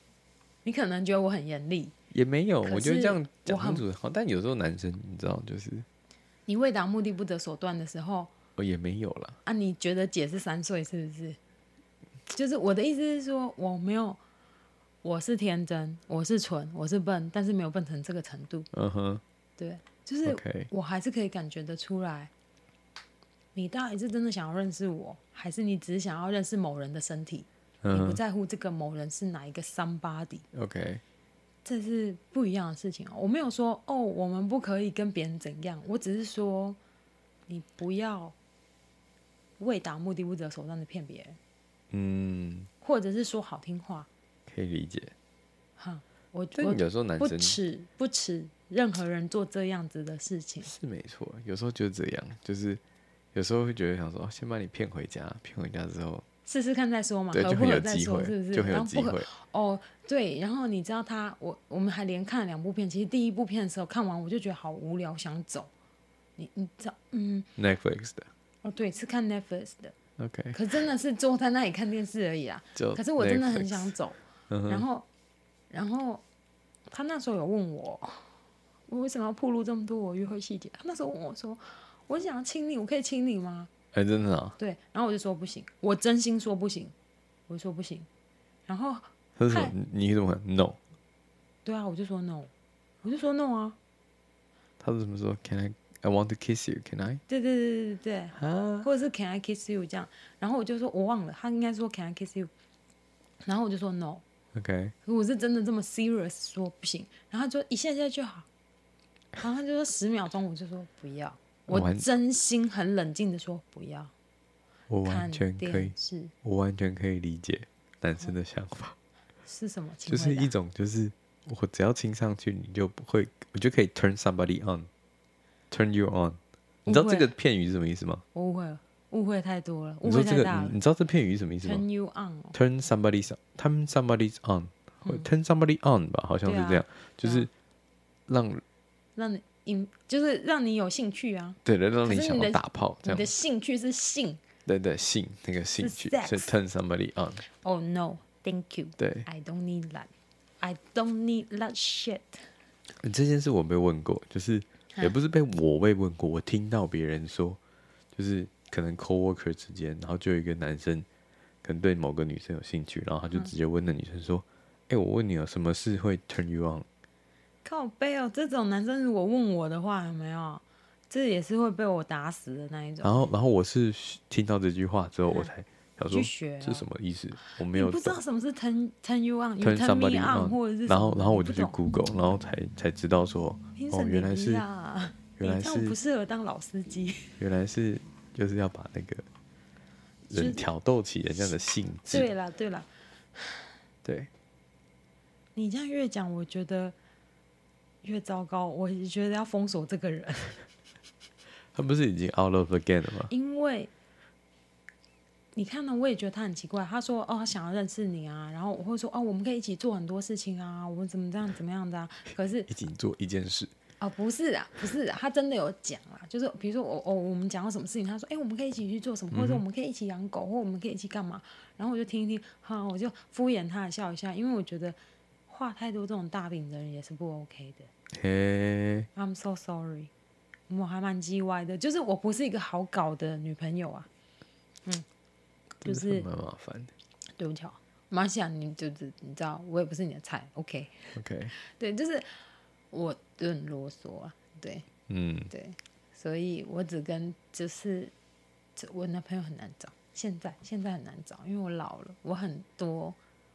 你可能觉得我很严厉，
也没有，
可
我觉得
是
这样讲
我很
清楚好，但有时候男生你知道就是
你为达目的不择手段的时候
哦也没有啦，
啊，你觉得姐是三岁是不是？就是我的意思是说，我没有，我是天真，我是蠢，我是笨，但是没有笨成这个程度。
嗯哼
对，就是
，OK，
我还是可以感觉得出来，你到底是真的想要认识我，还是你只是想要认识某人的身体？你不
嗯
在乎这个某人是哪一个 somebody，
哼，OK，
这是不一样的事情哦。我没有说哦，我们不可以跟别人怎样，我只是说你不要为达目的不择手段的骗别人，
嗯，
或者是说好听话。
可以理解。
哈，我
但
我
有时候男
不
生
耻不耻任何人做这样子的事情。
是没错，有时候就是这样，就是有时候会觉得想说，哦、先把你骗回家，骗回家之后，
试试看再说嘛，
对，
合
就
不
很
合
有
再
机
说，
会，
是不是？
就很
然
有
后
机
不合
会。
哦，对，然后你知道他，我我们还连看了两部片。其实第一部片的时候看完，我就觉得好无聊，想走。你你知道，嗯，
Netflix 的
哦，对，是看 Netflix 的，
，OK，
可真的是坐在那里看电视而已啦。
[LAUGHS] 就
可是我真的很
Netflix
想走，
嗯
然后然后他那时候有问我，我为什么要暴露这么多我约会细节？他那时候问我说，我想要亲你，我可以亲你吗？
哎、真的啊，
对，然后我就说不行，我真心说不行，我说不行。然后
他是什
嗨
么？你你怎么很 No？
对啊，我就说 no，我就说 no 啊，
他是怎么说？Can I? I want to kiss you. Can I?
对对对对对对，
啊，
或者是 Can I kiss you 这样，然后我就说我忘了，他应该说 Can I kiss you，然后我就说 no，
OK，
可我是真的这么 serious 说不行，然后他就一下下就好，然后他就说十秒钟，我就说不要，我
完
真心很冷静的说不要，
我
看
完全可以
电，视
我完全可以理解男生的想
哦
法，
是什么？请
就是
回答
一种就是我只要亲上去，你就不会，我就可以 turn somebody on，turn you on。你知道
误会
这个片语是什么意思吗？
我误会了，误会太多了，误
你说
会
这
太
个
大，了
你。你知道这片语是什么意思吗
Turn you on 哦，
？Turn somebody's turn somebody's on，或 turn somebody on 吧，好像是
对啊
这样，就是让
让你引就是让你有兴趣啊，
对的，让
可
你
是
想
你
要
的
打炮这
你
样
的，兴趣是性。
对对，性那个兴趣，
sex
所以 turn somebody on，
Oh no, thank you.
对。
I don't need that. I don't need that shit.
这件事我被问过，就是
嗯
也不是被我被问过，我听到别人说，就是可能 coworker 之间，然后就有一个男生可能对某个女生有兴趣，然后他
嗯
就直接问那女生说：“哎、我问你哦，什么事会 turn you on？”
靠背哦，这种男生如果问我的话，有没有？这也是会被我打死的那一种。
然后，然后我是听到这句话之后，我才想说
嗯去学哦
这什么意思？我没
你
有
不知道
懂。
什么是 turn turn you on，you
turn
turn me
somebody
on，或者是
on，然后
什么
然后我
你
就
不
去
懂
Google，然后才才知道说，
凭什
哦，
么
原来
你
是
啊
原来
你这样
是
不适合当老司机。
原来是就是要把那个
就是
人挑逗起人家的兴致，
对啦对啦，
对
你这样越讲，我觉得越糟糕。我觉得要封锁这个人，
他不是已经 out of the game 了吗？
因为你看呢，我也觉得他很奇怪。他说：“哦，他想要认识你啊。”然后我会说：“哦，我们可以一起做很多事情啊，我们怎么这样怎么样的啊。”可是
一起做一件事，
哦，不是啊，不是啊，他真的有讲啊，就是比如说我我、我们讲到什么事情，他说，哎、我们可以一起去做什么，或者我们可以一起养狗，或我们可以一起干嘛，然后我就听一听，哈、我就敷衍他笑一下，因为我觉得画太多这种大饼的人也是不 OK 的。
嘿，
I'm so sorry，我还蛮叽歪的，就是我不是一个好搞的女朋友啊，
真
就
的
是
蛮麻烦的。
对不起啊，马西亚，你就是你知道，我也不是你的菜，OK，
OK，
对，就是我就很啰嗦啊，对。
嗯，
对，所以我只跟就是，这我男朋友很难找，现在现在很难找，因为我老了，我很多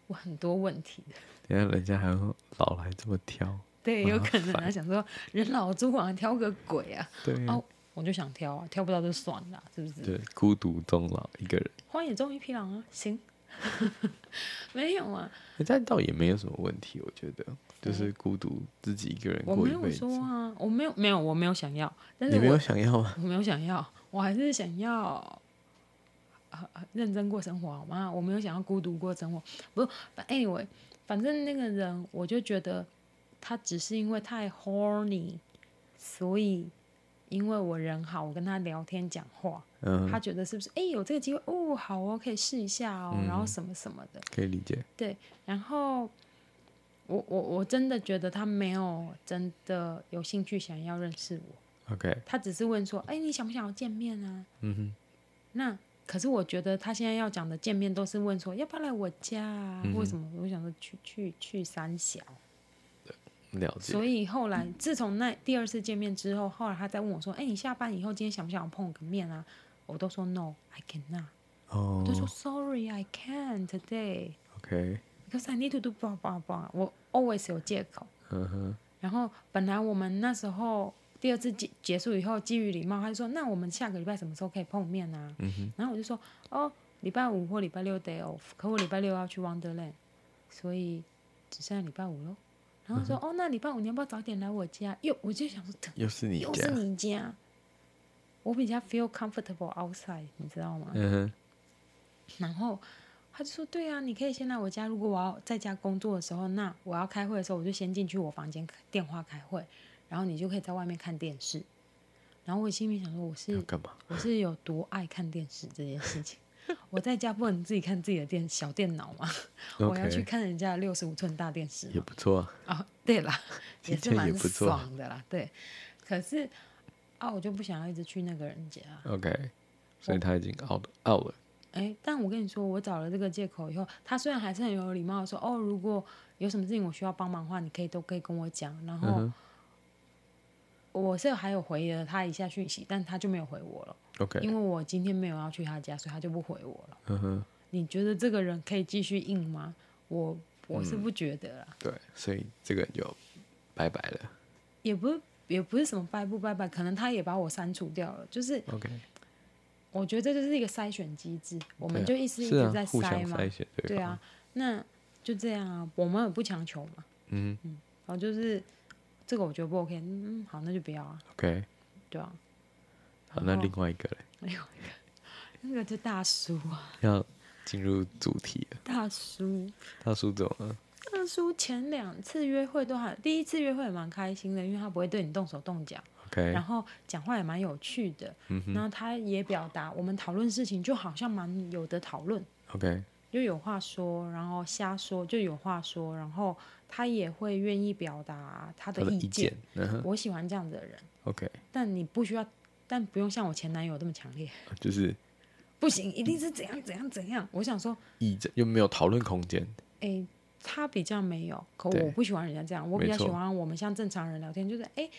我很多问题的。
等一下人家还会老来这么挑，
对，有
麻
可能他
烦
想说人老珠黄挑个鬼啊，
对、
哦，我就想挑啊，挑不到就算了，是不是？
对，孤独终老一个人，
荒野中一匹狼啊，行， [LAUGHS] 没有啊，
欸但倒也没有什么问题，我觉得就是孤独自己一个人
我
过
没
一
有
辈子
说。啊，我没有没有我没有想要，但是
你没有
我
想要吗？
我没有想要，我还是想要。呃呃认真过生活好吗？我没有想要孤独过生活，不是。反 anyway，反正那个人，我就觉得他只是因为太 horny，所以因为我人好，我跟他聊天讲话，
嗯，
他觉得是不是？哎、有这个机会哦，好哦，可以试一下哦，然后什么什么的。
可以理解。
然后我我我真的觉得他没有真的有兴趣想要认识我，
OK，
他只是问说，哎、你想不想要见面啊？
嗯哼，
那可是我觉得他现在要讲的见面都是问说要不要来我家啊，
嗯哼
或什么？我想说去去去三峡。
了解。
所以后来自从那第二次见面之后，后来他再问我说：“哎、你下班以后今天想不想碰个面啊？”我都说 “No，I cannot。”
哦
我都说：“Sorry，I can't today
，OK，
because I need to do blah blah blah。”我 always 有借口。
嗯哼，
然后本来我们那时候第二次结结束以后，基于礼貌，他就说：“那我们下个礼拜什么时候可以碰面啊？”
嗯哼，
然后我就说，哦，礼拜五或礼拜六 day off，可我礼拜六要去 Wonderland，所以只剩下礼拜五喽。然后说，
嗯
哦，那礼拜五你要不要早点来我家？又我就想说，等
又是你
又
家
是，你家，我比较 feel comfortable outside，你知道吗？
嗯哼，
然后他就说，对啊，你可以先来我家。如果我要在家工作的时候，那我要开会的时候，我就先进去我房间电话开会，然后你就可以在外面看电视。然后我心里想说，我是
要干嘛？
我是有多爱看电视这件事情。 [LAUGHS] 我在家不能自己看自己的电小电脑嘛我要去
OK
看人家六十五寸大电视 [LAUGHS]
也
嘛。
不错啊，
啊、对啦，也是
听起来也
蛮
不错啊
爽的啦，对。可是啊，我就不想要一直去那个人家。
OK，所以他已经 out out 了。
哎，但我跟你说，我找了这个借口以后，他虽然还是很有礼貌的说，哦，如果有什么事情我需要帮忙的话，你可以都可以跟我讲。然
嗯
后
哼
我是还有回了他一下讯息，但他就没有回我了，因
，OK，
为我今天没有要去他家，所以他就不回我了。
嗯哼，
你觉得这个人可以继续硬吗？我我
嗯
是不觉得啦，
对，所以这个就拜拜了。
也不是也不是什么拜不拜拜，可能他也把我删除掉了。就是
OK，
我觉得这就是一个筛选机制，我们就
对啊
一直一
是
直
啊
在，
互相
筛嘛，
筛选
对
对方
啊，，那就这样啊，我们也不强求嘛。
嗯
然后就是这个我觉得不 OK，嗯，好，那就不要啊，
，OK，
对啊。
好，那
然后
另外一个嘞，
那个就大叔啊， [LAUGHS]
要进入主题了。
大叔，
大叔怎么了？
大叔前两次约会都还，第一次约会也蛮开心的，因为他不会对你动手动脚。
OK，
然后讲话也蛮有趣的，
嗯
然后他也表达我们讨论事情就好像蛮有的讨论，
OK，
就有话说，然后瞎说就有话说，然后他也会愿意表达
他
他的
的
意
意见，嗯哼
我喜欢这样子的人，
，OK，
但你不需要，但不用像我前男友这么强烈，
就是
不行，一定是怎样怎样怎样。我想说，
意见又没有讨论空间，
诶，他比较没有，可
对
我不喜欢人家这样，我比较
没
喜
错
欢我们像正常人聊天，就是诶，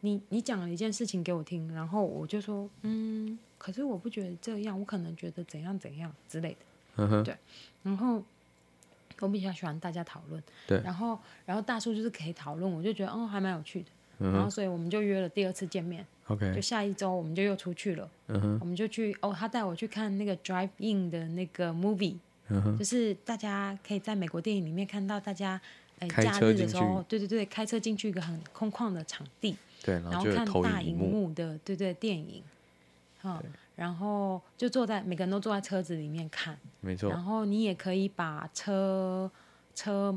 你你讲了一件事情给我听，然后我就说，嗯，可是我不觉得这样，我可能觉得怎样怎样之类的，
嗯哼
对，然后。我比较喜欢大家讨论，
对
然后然后大叔就是可以讨论，我就觉得哦还蛮有趣的。
嗯
然后所以我们就约了第二次见面，就
，OK，
下一周我们就又出去了，
嗯哼，
我们就去哦，他带我去看那个 Drive In 的那个 movie，、
嗯哼
就是大家可以在美国电影里面看到大家。哎，
开
假
车
日的
进
时
去
候，对对对，开车进去一个很空旷的场地，
对，然
然
后
后
就有
看
投
大
影一
荧
幕，
幕的，对对，电影，嗯，然后就坐在每个人都坐在车子里面看，
没错
然，后你也可以把车车，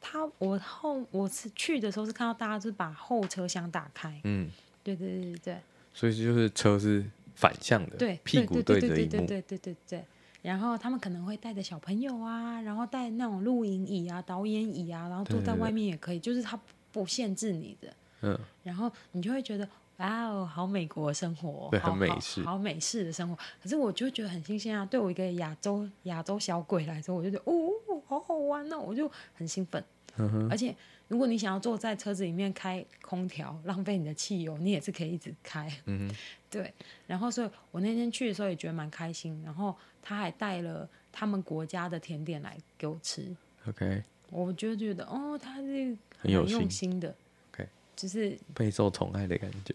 他我后我是去的时候是看到大家就是把后车厢打开，
嗯，
对对对对对
所以就是车是反向的，
对，
屁股
对
着
对对
荧
对
幕，
对对对对。然后他们可能会带着小朋友啊，然后带那种露营椅啊、导演椅啊，然后坐
对
在
对
外面也可以，就是他不限制你的。
嗯，
然后你就会觉得，哇哦，好美国的生活哦，
对
好
很美
好
式
好美式的生活。可是我就觉得很新鲜啊，对我一个亚洲亚洲小鬼来说，我就觉得哦，好好玩哦，我就很兴奋。
嗯哼，
而且如果你想要坐在车子里面开空调，浪费你的汽油，你也是可以一直开。
嗯哼，
[LAUGHS] 对，然后所以我那天去的时候也觉得蛮开心，然后他还带了他们国家的甜点来给我吃，
，OK，
我就觉得哦，他是
很有
蛮用
心
心的
OK
就是
备受宠爱的感觉，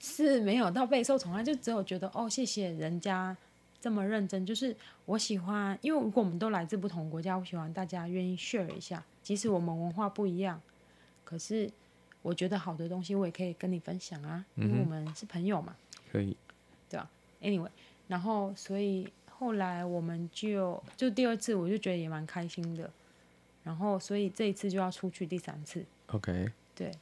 是没有到备受宠爱，就只有觉得哦，谢谢人家这么认真。就是我喜欢，因为如果我们都来自不同国家，我喜欢大家愿意 share 一下，即使我们文化不一样，可是我觉得好的东西我也可以跟你分享啊，因为我们是朋友嘛。
可以，
Anyway，然后所以后来我们就就第二次，我就觉得也蛮开心的。然后所以这一次就要出去第三次，
OK，
对。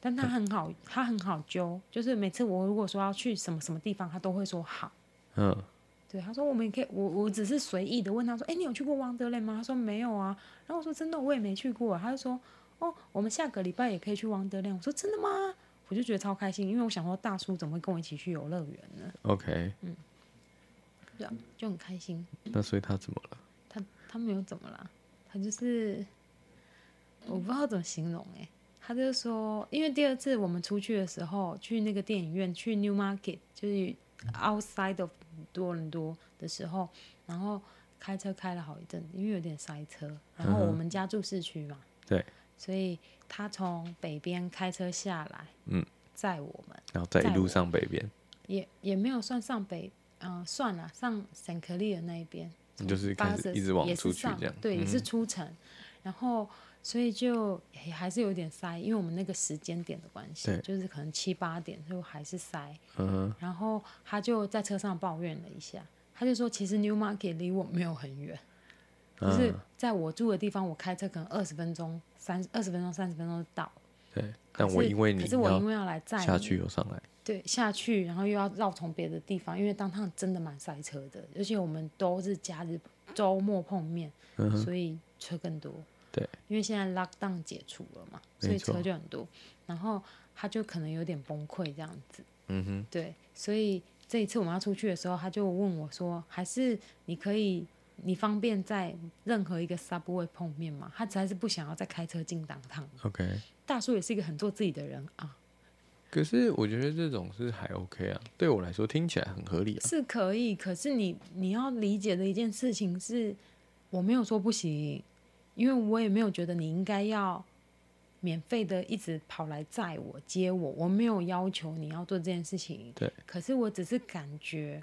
但他很好，他很好揪，就是每次我如果说要去什么什么地方，他都会说好。
嗯，
对，他说我们也可以，我我只是随意的问他说，哎，你有去过王德雷吗？他说没有啊。然后我说真的，我也没去过啊、他就说，哦，我们下个礼拜也可以去王德雷。我说真的吗？我就觉得超开心，因为我想说大叔怎么会跟我一起去游乐园呢？
OK，
对啊，就很开心。
那所以他怎么了？
他他没有怎么啦，他就是我不知道怎么形容哎、他就说，因为第二次我们出去的时候，去那个电影院，去 New Market，就是 outside of 多伦多的时候，然后开车开了好一阵，因为有点塞车，然后
嗯哼
我们家住市区嘛，
对，
所以他从北边开车下来，
嗯，
载我们，
然后在一
在
路
我
上北边，
也也没有算上北，嗯、算了，上圣克利的那一边，
你就是
巴
开始
士
一直往
也
出
是
去
上
这样，
对，也
嗯
是出城，然后所以就也还是有点塞，因为我们那个时间点的关系
对，
就是可能七八点就还是塞，
嗯哼，
然后他就在车上抱怨了一下，他就说其实 New Market 离我没有很远，就是
嗯
在我住的地方，我开车可能二十分钟、三二十分钟、三十分钟就到了，
对，
可
但我
是
因为你
可是我因
要
为要来载
下
你
去又上来，
对，下去，然后又要绕从别的地方，因为当趟真的蛮塞车的，而且我们都是假日、周末碰面，
嗯哼，
所以车更多。
对，
因为现在 lockdown 解除了嘛，
没
所以
错
车就很多，然后他就可能有点崩溃这样子。
嗯哼，
对，所以这一次我们要出去的时候，他就问我说：“还是你可以，你方便在任何一个 subway 碰面吗？”他实在是不想要再开车进当趟。
OK，
大叔也是一个很做自己的人啊，
可是我觉得这种是还 OK 啊，对我来说听起来很合理啊。
是可以，可是你你要理解的一件事情是，我没有说不行，因为我也没有觉得你应该要免费的一直跑来载我接我，我没有要求你要做这件事情。
对，
可是我只是感觉，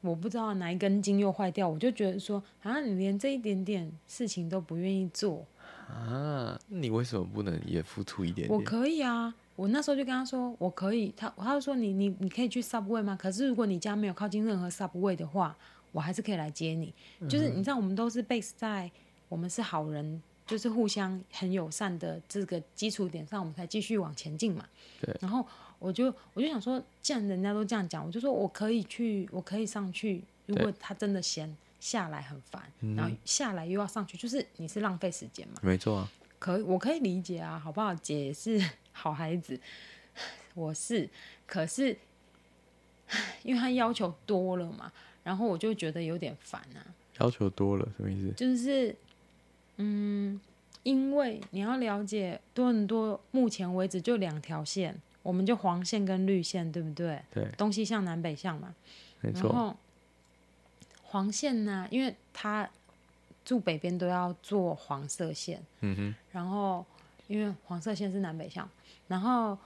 我不知道哪一根筋又坏掉，我就觉得说啊，你连这一点点事情都不愿意做，
啊，那你为什么不能也付出一点
我
点？
可以啊。我那时候就跟他说，我可以，他他就说你你你可以去 Subway 吗？可是如果你家没有靠近任何 Subway 的话，我还是可以来接你。
嗯
就是你知道，我们都是 base 在我们是好人，就是互相很友善的这个基础点上，我们才继续往前进嘛。
对。
然后我就我就想说，既然人家都这样讲，我就说我可以去，我可以上去。如果他真的嫌下来很烦，
嗯
然后下来又要上去，就是你是浪费时间嘛。
没错啊，
可以我可以理解啊，好不好？姐也是 [LAUGHS] 好孩子，我是，可是因为他要求多了嘛，然后我就觉得有点烦啊。
要求多了什么意思？
就是，嗯，因为你要了解多伦多目前为止就两条线，我们就黄线跟绿线，对不对？
对，
东西向南北向嘛。
没
然
错，
后黄线呢，因为他住北边都要坐黄色线，
嗯哼，
然后因为黄色线是南北向，然后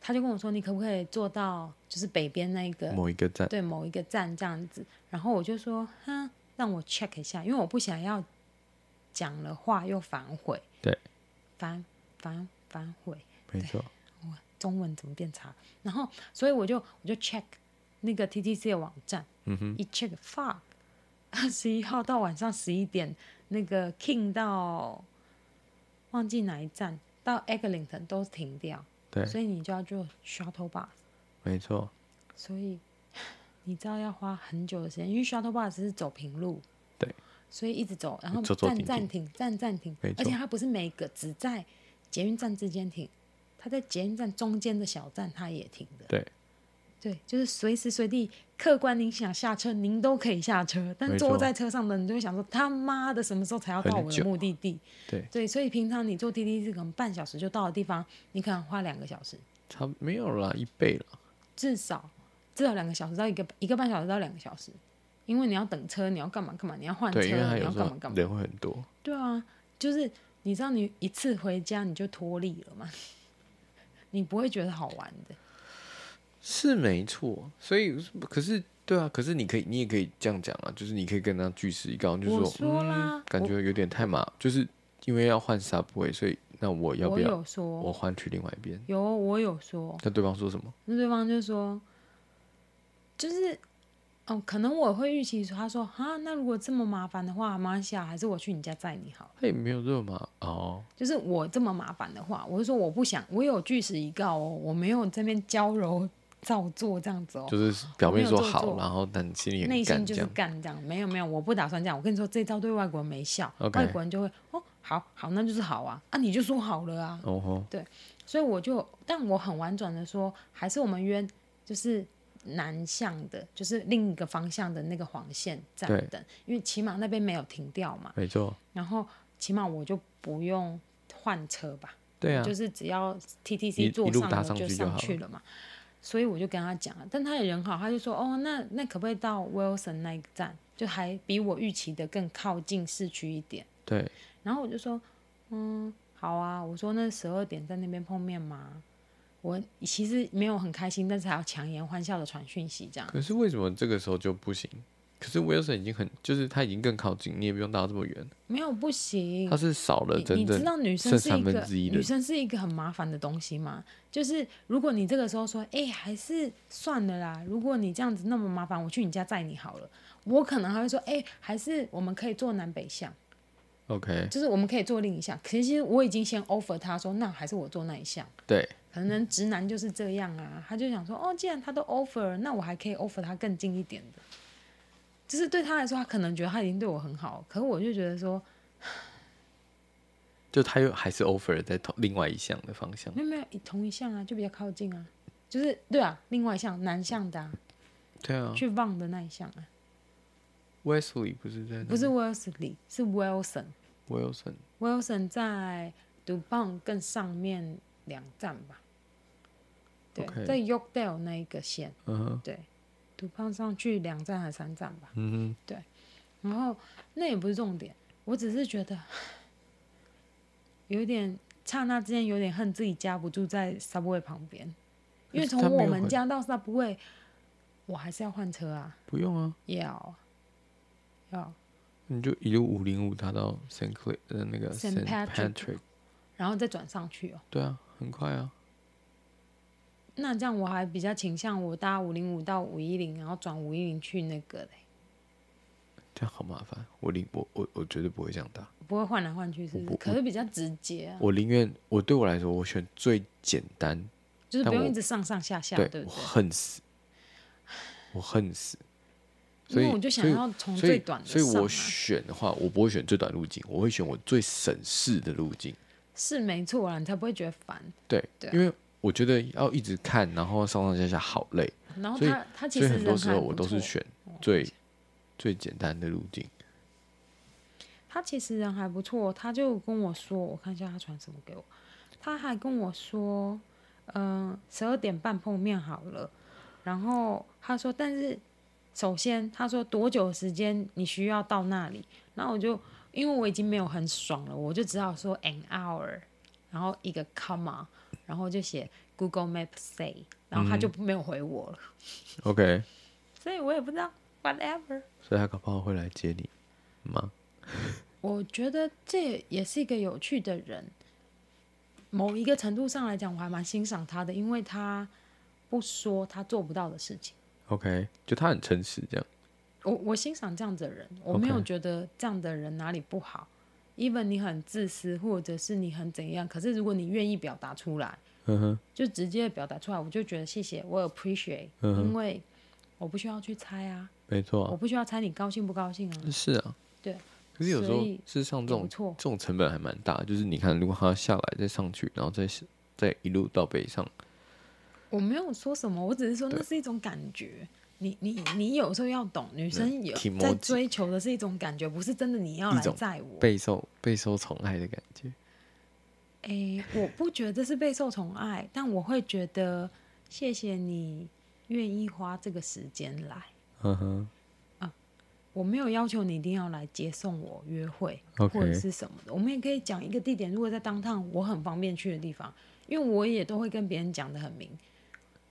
他就跟我说，你可不可以坐到就是北边那一个
某一个站，
对某一个站这样子，然后我就说，哼，让我 check 一下，因为我不想要讲了话又反悔，
对，
反反反悔，
没错，
中文怎么变差？然后所以我就我就 check 那个 TTC 的网站，
嗯哼，
一 check fuck，二 [LAUGHS] 十一号到晚上十一点，那个 King 到忘记哪一站到 Eglinton 都停掉，
对，
所以你就要坐 shuttle bus，
没错，
所以 [SIGHS] 你知道要花很久的时间，因为 shuttle bus 是走平路，
对，
所以一直走，然后
走走
站
停
站停站站停
没，
而
错
且它不是每个只在捷运站之间停，它在捷运站中间的小站它也停的。
对，
对，就是随时随地，客观您想下车，您都可以下车，但
没错
坐在车上的人就会想说，他妈的什么时候才要到
很
我的
久
目的地？
对，
对，所以平常你坐滴滴是可能半小时就到的地方，你可能花两个小时，
差不没有啦，一倍了，
至少至少两个小时到一个一个半小时到两个小时，因为你要等车，你要干嘛干嘛，你要换车，
对，因为它
你
有
要
时
干
候
嘛干嘛。
人会很多，
对啊，就是你知道，你一次回家你就脱力了嘛， [LAUGHS] 你不会觉得好玩的。
是没错，所以可是对啊，可是你可以，你也可以这样讲啊，就是你可以跟他据实以告，就
我
说
说啦
嗯，感觉有点太麻，就是因为要换 subway，所以那我要不
我
要
有说，
我换去另外一边？
有我有说，
那对方说什么？
那对方就说，就是，哦，可能我会预期说，他说啊，那如果这么麻烦的话，马来西亚还是我去你家载你好了。
他也没有这么麻哦，
就是我这么麻烦的话，我就说我不想，我有据实以告哦，我没有这边娇柔造作这样子哦，
就是表面说
我没有做
好，
作
然后但心里
内
很
心
干这
就是
样。
干这样，没有没有，我不打算这样。我跟你说，这招对外国人没效
OK
外国人就会哦，好好，那就是好啊，啊你就说好了啊，
哦吼，
所以我就，但我很婉转的说，还是我们约就是南向的，就是另一个方向的那个黄线站
对
等，因为起码那边没有停掉嘛，
没错，
然后起码我就不用换车吧，
对啊
就，是只要
一
TTC 坐
一路
上
搭
了
上去就
上
好
去了嘛。所以我就跟他讲了，但他也人好，他就说哦，那那可不可以到 Wilson 那一站，就还比我预期的更靠近市区一点。
对，
然后我就说，嗯，好啊，我说那十二点在那边碰面吗？我其实没有很开心，但是还要强颜欢笑的传讯息这样。
可是为什么这个时候就不行？可是 Wilson 已经很，就是他已经更靠近，你也不用搭这么远，
没有不行
他，是少了
你
真
你知
正
道女生
剩
是一
三
个
分之一的
女生是一个很麻烦的东西吗？就是如果你这个时候说，哎、还是算了啦，如果你这样子那么麻烦，我去你家载你好了。我可能还会说，哎、还是我们可以坐南北向，
OK，
就是我们可以坐另一项。其实我已经先 offer 他说，那还是我坐那一项。
对，
可能直男就是这样啊，他就想说，哦，既然他都 offer，了那我还可以 offer 他更近一点的。就是对他来说，他可能觉得他已经对我很好，可是我就觉得说，
就他又还是 offer 在同另外一项的方向，
没有没有同一项啊，就比较靠近啊，就是对啊，另外一项南向的、啊，
对啊
去望的那一项啊，
，Wesley 不是在那
不是 Wellesley，是 Wilson。
Wilson，
Wilson 在 Dubon 更上面两站吧，对
OK
在 Yorkdale 那一个线，
嗯哼
对，Dubon 上去两站还是三站吧。
嗯
然后那也不是重点，我只是觉得 [SIGHS] 有点刹那之间有点恨自己家不住在 Subway 旁边，因为
可是
从
他没
我
有
们
很
家到 Subway，我还是要换车啊
哼，，不用啊，
要要，
你就一路五零五搭到 Saint Clair 呃那个
Saint
Saint
Patrick
Patrick，
然后再转上去哦。
对啊，很快啊，
那这样我还比较倾向我搭五零五到五一零，然后转五一零去那个嘞，
这样好麻烦，我宁我我我绝对不会这样搭，
不会换来换去是不
我
是？
不
可是比较直接啊，
我宁愿我对我来说，我选最简单，
就是
但
不用
我
一直上上下下，对
我
不对？
恨死，我恨死，
因
所以
为我就想
所以
要从
所
最
以
短的
所以
上、啊
我选的话，我不会选最短路径，我会选我最省事的路径。
是没错啦，你才不会觉得烦。
对，
对啊
因为我觉得要一直看，然后上上下下好累，
然后
所以
他他其
所以
实
很多
人
时
还
候
不
我都是
错
选最、最简单的路径。
他其实人还不错，他就跟我说，我看一下他传什么给我，他还跟我说，嗯、十二点半碰面好了。然后他说，但是首先他说多久时间你需要到那里？然后我就因为我已经没有很爽了，我就只好说 an hour。然后一个 comma，然后就写 Google Map say，然后他就没有回我了，
OK，
所以我也不知道 whatever。
所以他搞不好会来接你吗？
我觉得这也是一个有趣的人。某一个程度上来讲，我还蛮欣赏他的，因为他不说他做不到的事情。
OK，就他很诚实，这样
我我欣赏这样子的人，我没有
OK
觉得这样的人哪里不好。even 你很自私，或者是你很怎样，可是如果你愿意表达出来，
嗯哼，
就直接表达出来，我就觉得谢谢，我 appreciate，、
嗯哼
因为我不需要去猜啊，
没错
我
啊、
不需要猜你高兴不高兴啊，
是啊，
对。
可是有时
所
候
以
事实上这
也不
种
错
这种成本还蛮大，就是你看，如果他下来再上去，然后再再一路到北上，
我没有说什么，我只是说那是一种感觉。你你你有时候要懂，女生有
Kimoji
在追求的是一种感觉，不是真的你要
一
来
种
载我。
备受备受宠爱的感觉。
诶，我不觉得是备受宠爱，但我会觉得谢谢你愿意花这个时间来。
嗯哼，
我没有要求你一定要来接送我约会
OK
或者是什么的。我们也可以讲一个地点，如果在当趟我很方便去的地方，因为我也都会跟别人讲的很明。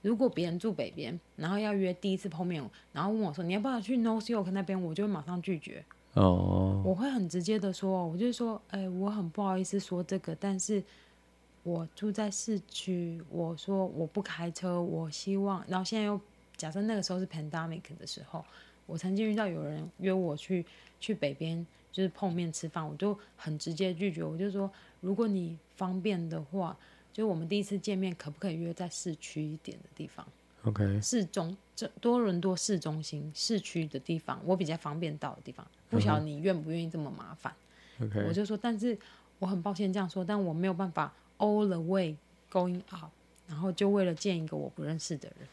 如果别人住北边，然后要约第一次碰面，然后问我说你要不要去 North York 那边，我就会马上拒绝。
哦，
我会很直接的说，我就说，哎、我很不好意思说这个，但是我住在市区，我说我不开车，我希望，然后现在又假设那个时候是 pandemic 的时候，我曾经遇到有人约我去去北边就是碰面吃饭，我就很直接拒绝，我就说如果你方便的话，就我们第一次见面可不可以约在市区一点的地方？
，OK，
市中这多伦多市中心市区的地方，我比较方便到的地方，不
嗯
晓得你愿不愿意这么麻烦。我
OK，
就说，但是我很抱歉这样说，但我没有办法 all the way going out，然后就为了见一个我不认识的人。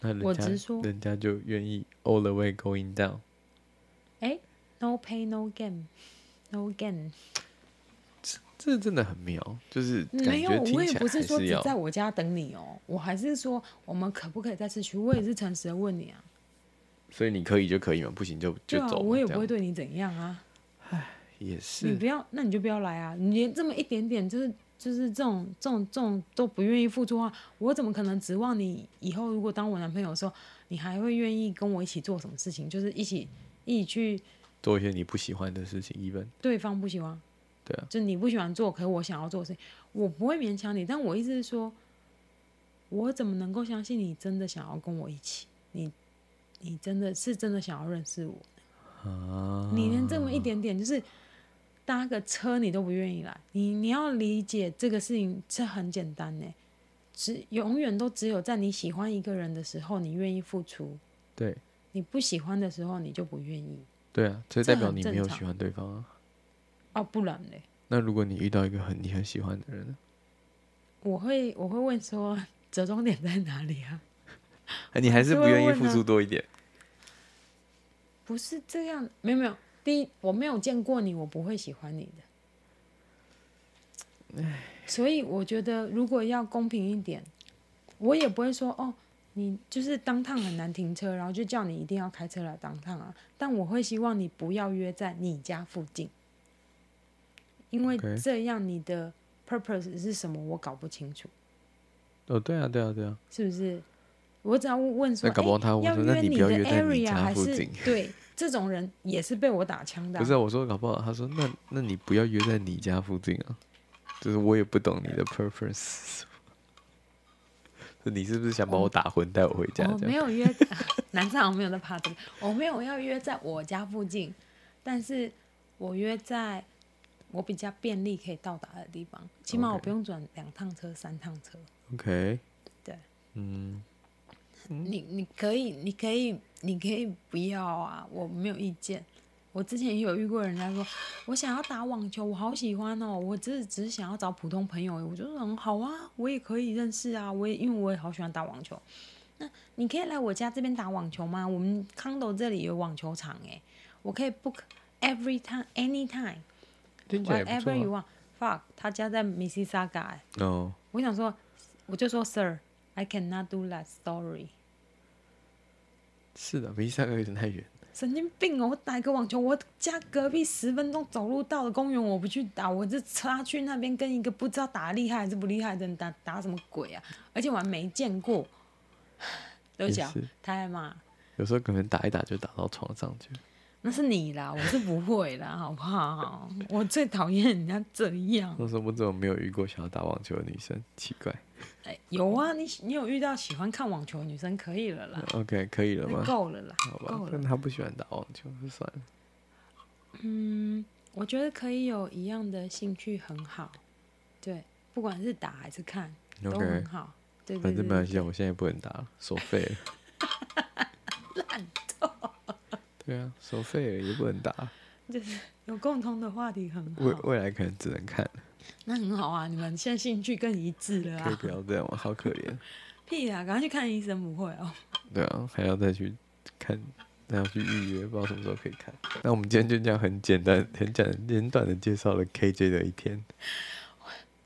那人
我
家
直说
人家就愿意 all the way going down，
哎，no pay no gain，no gain。
这真的很妙，就是感
嗯没有
觉，听
我也
起来
不
还
说
是
只
要
在我家等你哦，我还是说我们可不可以在市区？我也是诚实的问你啊，
所以你可以就可以嘛，不行就就
对啊，
走嘛。
我也
这
不
样
会对你怎样啊。
也
你
是
不要，那你就不要来啊！你连这么一点点，就是就是这种这种这种都不愿意付出的话，我怎么可能指望你以后如果当我男朋友的时候，你还会愿意跟我一起做什么事情？就是一起一起去
做一些你不喜欢的事情，even
对方不喜欢，
对啊，
就你不喜欢做，可是我想要做的事情，我不会勉强你。但我意思是说，我怎么能够相信你真的想要跟我一起？你你真的是真的想要认识我？
啊，
你连这么一点点，就是搭个车你都不愿意来，你你要理解这个事情，这很简单呢。只永远都只有在你喜欢一个人的时候，你愿意付出；
对
你不喜欢的时候，你就不愿意。
对啊，这
这
代表
很
你
正
没有
常
喜欢对方啊。
啊，不然嘞，
那如果你遇到一个很你很喜欢的人呢，
我会我会问说 [LAUGHS] 折中点在哪里啊？
哎你还是
就
不
会
愿意
问
付
啊
出多一点
不是这样，没有没有。第一，我没有见过你，我不会喜欢你的。所以我觉得，如果要公平一点，我也不会说哦，你就是当趟很难停车，然后就叫你一定要开车来当趟啊。但我会希望你不要约在你家附近，因为
OK
这样你的 purpose 是什么，我搞不清楚，
哦，对啊，对啊，对啊，
是不是？我只要问说，
那搞不好
诶
他会
哎要
哦说那
约
你不
的
要约在你
area
家
还
附
是
近
对这种人也是被我打枪的啊、
不是啊、我说搞不好，他说那那你不要约在你家附近啊，就是我也不懂你的 purpose，是你是不是想把我打昏带我回家
我
这
哦没
样？
有约， [LAUGHS] 男生好像没有在怕这个。我没有要约在我家附近，但是我约在我比较便利可以到达的地方，起码
OK
我不用转两趟车、三趟车。
OK，
对，
嗯，
你你可以，你可以，你可以不要啊，我没有意见。我之前也有遇过人家说，我想要打网球，我好喜欢哦，我只是只是想要找普通朋友而已，我就说嗯好啊，我也可以认识啊，我也因为我也好喜欢打网球。那你可以来我家这边打网球吗？我们康斗这里有网球场诶，我可以 book every time anytime
听起来也不
whatever you
错、
want。Fuck，他家在 Mississauga 诶
啊。哦，
我想说，我就说 Sir，I cannot do that story。
啊是的，没三个有点太远。
神经病哦！我打一个网球，我家隔壁十分钟走路到的公园，我不去打，我就插去那边跟一个不知道打得厉害还是不厉害的人打打什么鬼啊！而且我还没见过。对不起啊
也是，
太爱骂了，
有时候可能打一打就打到床上去。
那是你啦，我是不会啦，好不好？我最讨厌人家这
[LAUGHS]
样。
那时候我怎么没有遇过想要打网球的女生？奇怪。
哎、有啊，你你有遇到喜欢看网球的女生可以了啦，
OK，可啊以了
那
吗？
够了啦，
啊好
够
吧，
了
但。他不喜欢打网球，就算了。
嗯，我觉得可以有一样的兴趣很好，对，不管是打还是看都
OK，
很好。对对
反
对
正没关系啊，我现在不能打了，收费了。
[LAUGHS] 烂
对啊，收费了也不能打，
有共同的话题很
未
好，
未来可能只能看了，
那很好啊！你们现在兴趣更一致了
可以
啊！
不要这样吗？好可怜。
屁啊，赶快去看医生，不会哦。
对啊，还要再去看，还要去预约，不知道什么时候可以看。那我们今天就这样很简单、很简简短的介绍了 KJ 的一天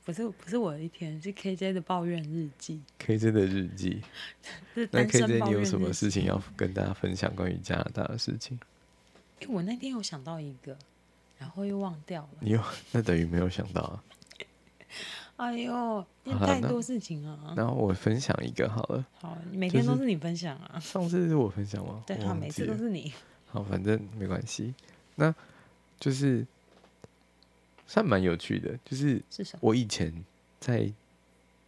不是不是我的一天，是 KJ 的抱怨日记，
，KJ 的日记。
是
那
单身
KJ
抱
你
怨
有
日
什么
记。
事情要跟大家分享关于加拿大的事情？
哎、我那天有想到一个，然后又忘掉了。
你有 [LAUGHS] 那等于没有想到啊。
哎呦，因
好啦
为太
那
多事情啊！
然后我分享一个好了，
好，每天
就
都
是
是你分享啊。
上次是我分享吗？
对
我
啊，
忘
每
记
次都
了
是你。
好，反正没关系。那就是算蛮有趣的，就是 [LAUGHS]
是什么？
我以前在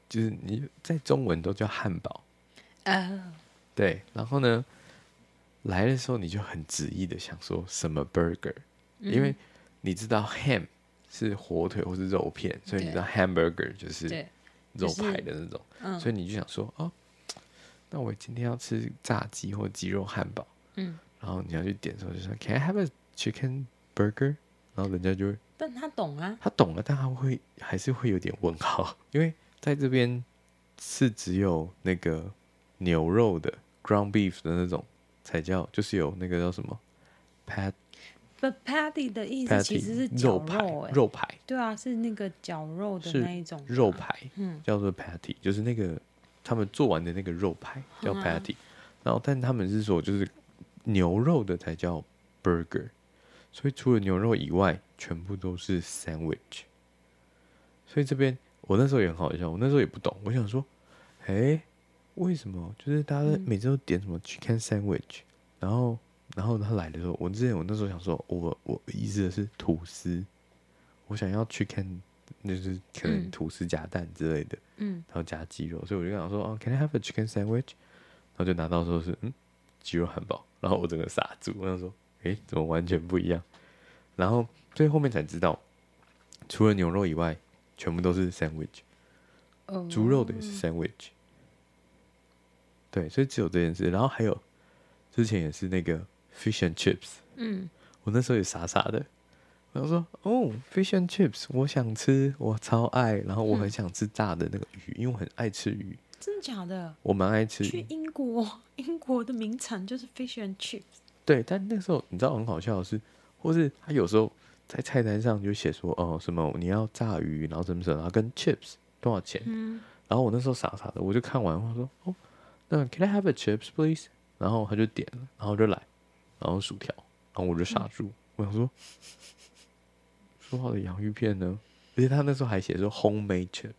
就是你在中文都叫汉堡，
呃，
对，然后呢来的时候你就很执意的想说什么 burger，、因
嗯
为你知道 ham 是火腿或是肉片，所以你知道 hamburger 就是
对，
肉
就是
排的那种，
嗯
所以你就想说哦，那我今天要吃炸鸡或鸡肉汉堡。
嗯，
然后你要去点的时候就说 Can I have a chicken burger？然后人家就会
但他懂啊，
他懂了，但他会还是会有点问号， [LAUGHS] 因为在这边是只有那个牛肉的 ground beef 的那种才叫，就是有那个叫什么 pat
不 patty 的意思其
patty
实是
肉
绞
排
肉哎、
肉排
对啊，是那个绞肉的
是
那一种嘛
肉，排
嗯
叫做 patty，就是那个他们做完的那个肉排叫
嗯啊
patty，、然后但他们是说就是牛肉的才叫 burger，所以除了牛肉以外，全部都是 sandwich。所以这边我那时候也很好笑，我那时候也不懂，我想说，哎、为什么就是大家每次都点什么 chicken sandwich，、然后然后他来的时候，我之前我那时候想说，我我意思的是吐司，我想要 chicken，就是可能
嗯
吐司夹蛋之类的，
嗯，
然后加鸡肉，所以我就跟他说，哦，Can I have a chicken sandwich？然后就拿到的时候是嗯鸡肉汉堡，然后我整个傻住，我想说，诶，怎么完全不一样？然后最后面才知道，除了牛肉以外，全部都是 sandwich，
哦
猪肉的也是 sandwich。对，所以只有这件事，然后还有之前也是那个 fish and chips，
嗯，
我那时候也傻傻的，我想说哦，fish and chips，我想吃，我超爱，然后我很想吃炸的那个鱼，因为我很爱吃鱼，
真的假的？
我蛮爱吃鱼
去。英国，英国的名产就是 fish and chips，
对，但那时候你知道很好笑的是，或是他有时候在菜单上就写说哦什么你要炸鱼，然后什么什么，然后跟 chips 多少钱，
嗯，
然后我那时候傻傻的，我就看完，我说哦，那 Can I have a chips please？然后他就点了，然后就来，然后薯条，然后我就傻住，我想说，说好的洋芋片呢？而且他那时候还写说 homemade chips，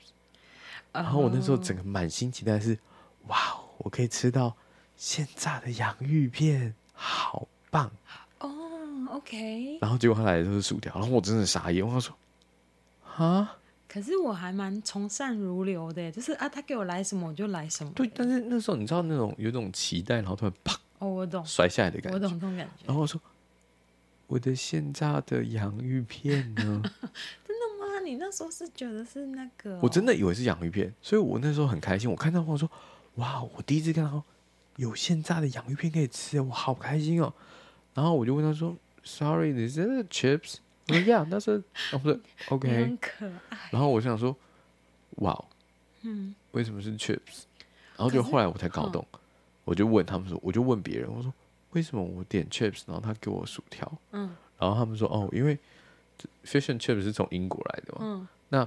然后我那
哦
时候
啊
整个满心期待是，哇哦，我可以吃到现炸的洋芋片，好棒！
哦，OK，
然后结果他来的就是薯条，然后我真的傻眼，我想说，啊？
可是我还蛮从善如流的耶，就是啊，他给我来什么我就来什么，
对，但是那时候你知道那种有一种期待，然后突然啪
哦，我懂，
摔下来的感
我
觉嗯
懂。这种感觉，
然后我说：“我的现炸的洋芋片呢？
真的吗？你那时候是觉得是那个哦、
我真的以为是洋芋片，所以我那时候很开心。我看到我说：‘哇，我第一次看到有现炸的洋芋片可以吃，我好开心哦！’然后我就问他说：‘Sorry, is that a chips？’ 我说：‘Yeah, that's a。’我说
[LAUGHS] 你
：‘OK。
很可爱，’
然后我就想说：‘哇，
嗯，
为什么是 chips？’ 然后就
可是嗯
后来我才搞懂，我就问他们说，我就问别人，我说：‘为什么我点 chips，然后他给我薯条？’
嗯
然后他们说哦，因为这 fish and chips 是从英国来的嘛。
嗯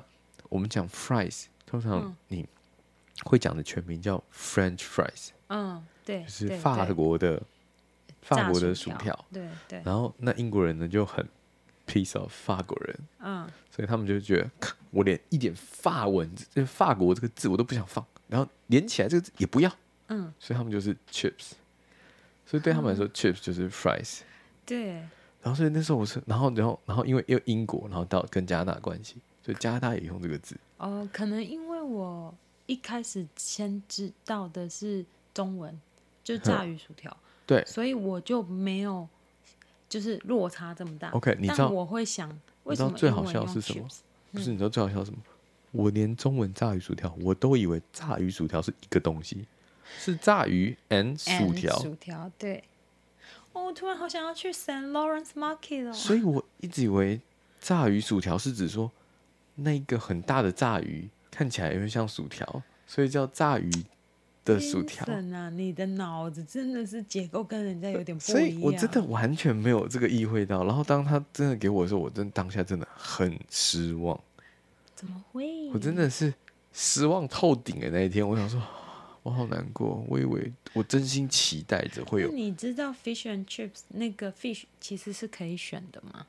我们讲 fries，通常
嗯
你会讲的全名叫 French fries，
嗯，对，
就是
对
法
对
国的法国的
薯
薯条，，
对对，
然后那英国人呢就很 piece of 法国人，
嗯，
所以他们就觉得咔我连一点法文字、就是法国这个字我都不想放，然后连起来这个字也不要，
嗯，
所以他们就是 chips，所以对他们来说、chips 就是 fries。
对，
然后所以那时候我是，然后然后然后因为因为英国，然后到跟加拿大的关系，所以加拿大也用这个字。
哦，可能因为我一开始先知道的是中文，就炸鱼薯条，
对
所以我就没有就是落差这么大。
OK，你知道
但我会想，为
你知
什
道
么
最
英
好
文
笑
用
是什么
chips？
不
嗯
是你知道最好笑是什么？我连中文炸鱼薯条我都以为炸鱼薯条是一个东西，是炸鱼 and 薯
and
条，
哎薯条，对。哦，我突然好想要去 St. Lawrence Market 哦。
所以我一直以为炸鱼薯条是指说那一个很大的炸鱼看起来有点像薯条，所以叫炸鱼的薯条。
Vincent 啊，你的脑子真的是结构跟人家有点不一
所
样。
以我真的完全没有这个意会到。然后当他真的给我的时候，我真的当下真的很失望，
怎么会？
我真的是失望透顶欸的那一天。我想说，我好难过，我以为我真心期待着会
那
有
你知道 fish and chips 那个 fish 其实是可以选的吗？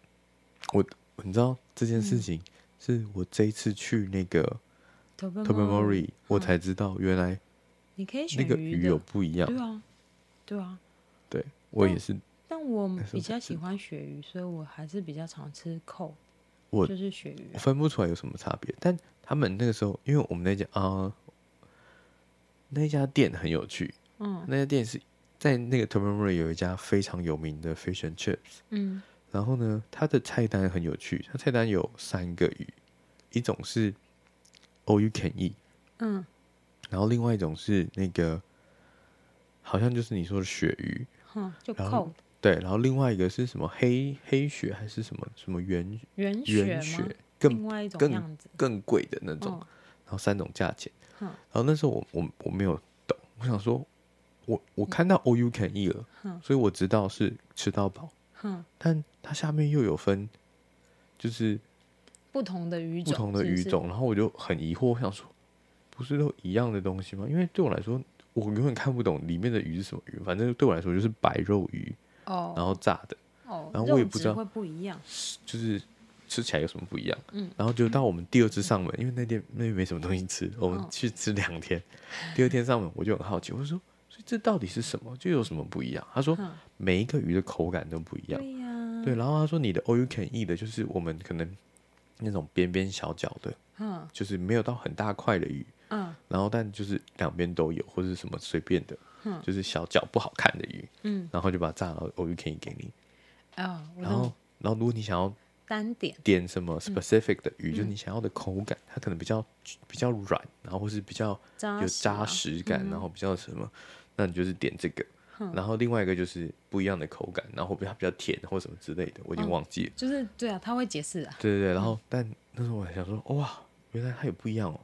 我，你知道这件
嗯
事情是我这一次去那个
t o b
t o b a m o r i 我才知道原来
你可以
那
选
个
嗯鱼
鱼
的，
有不一样
对。啊，嗯对啊。
对我也是，
但我
是
比
我
较
才
喜欢鳕鱼，所以我还是比较常吃扣，
我
就是鳕鱼
我。分不出来有什么差别。但他们那个时候，因为我们那家啊、那家店很有趣，
嗯
那家店是在那个 t o b a m o r i 有一家非常有名的 fish and chips。
嗯
然后呢，它的菜单很有趣，它菜单有三个鱼，一种是 all you can eat，
嗯
然后另外一种是那个好像就是你说的鳕鱼，
哼，就
然后
扣
对，然后另外一个是什么黑黑鳕还是什么什么圆
圆
圆
鳕吗
鳕，？
另
更
外一种
更
样子。
更贵的那种，
嗯
然后三种价钱。
哼
然后那时候我我我没有懂，我想说，我我看到 all you can eat 了，
嗯
所以我知道是吃到饱，
哦哼，
但它下面又有分，就是
不同的鱼
不
种，
同的
是不
鱼
是
种，然后我就很疑惑，我想说，不是都一样的东西吗？因为对我来说，我永远看不懂里面的鱼是什么鱼，反正对我来说就是白肉鱼，然
哦
后炸的，
哦，
然后
肉
我也不知
质
道
会不一样。
就是吃起来有什么不一样。
嗯
然后就到我们第二次上门，因为那天那边没什么东西吃，我们
嗯
去吃两天。第二天上门，我就很好奇，我就说：“所以这到底是什么？就有什么不一样？”他说
嗯：“
每一个鱼的口感都不一样。
对呀，
对，然后他说：“你的 all you can eat 的，就是我们可能那种边边小角的，
嗯
就是没有到很大块的鱼，
嗯
然后但就是两边都有，或者什么随便的，
嗯
就是小脚不好看的鱼，
嗯，
然后就把它炸了 all you can eat 给你。
哦，我
然后
懂，嗯
然后如果你想要
单点，
点什么 specific 的鱼，就是
嗯
你想要的口感，它可能比较比较软，然后或是比较
扎
有
实啊
扎实感，然后比较什么，那你就是点这个。然后另外一个就是不一样的口感，然后比较比较甜或什么之类的，我已
嗯
经忘记了。
就是对啊，他会解释啊。
对对对，然后但那时候我还想说，哇，原来它有不一样哦，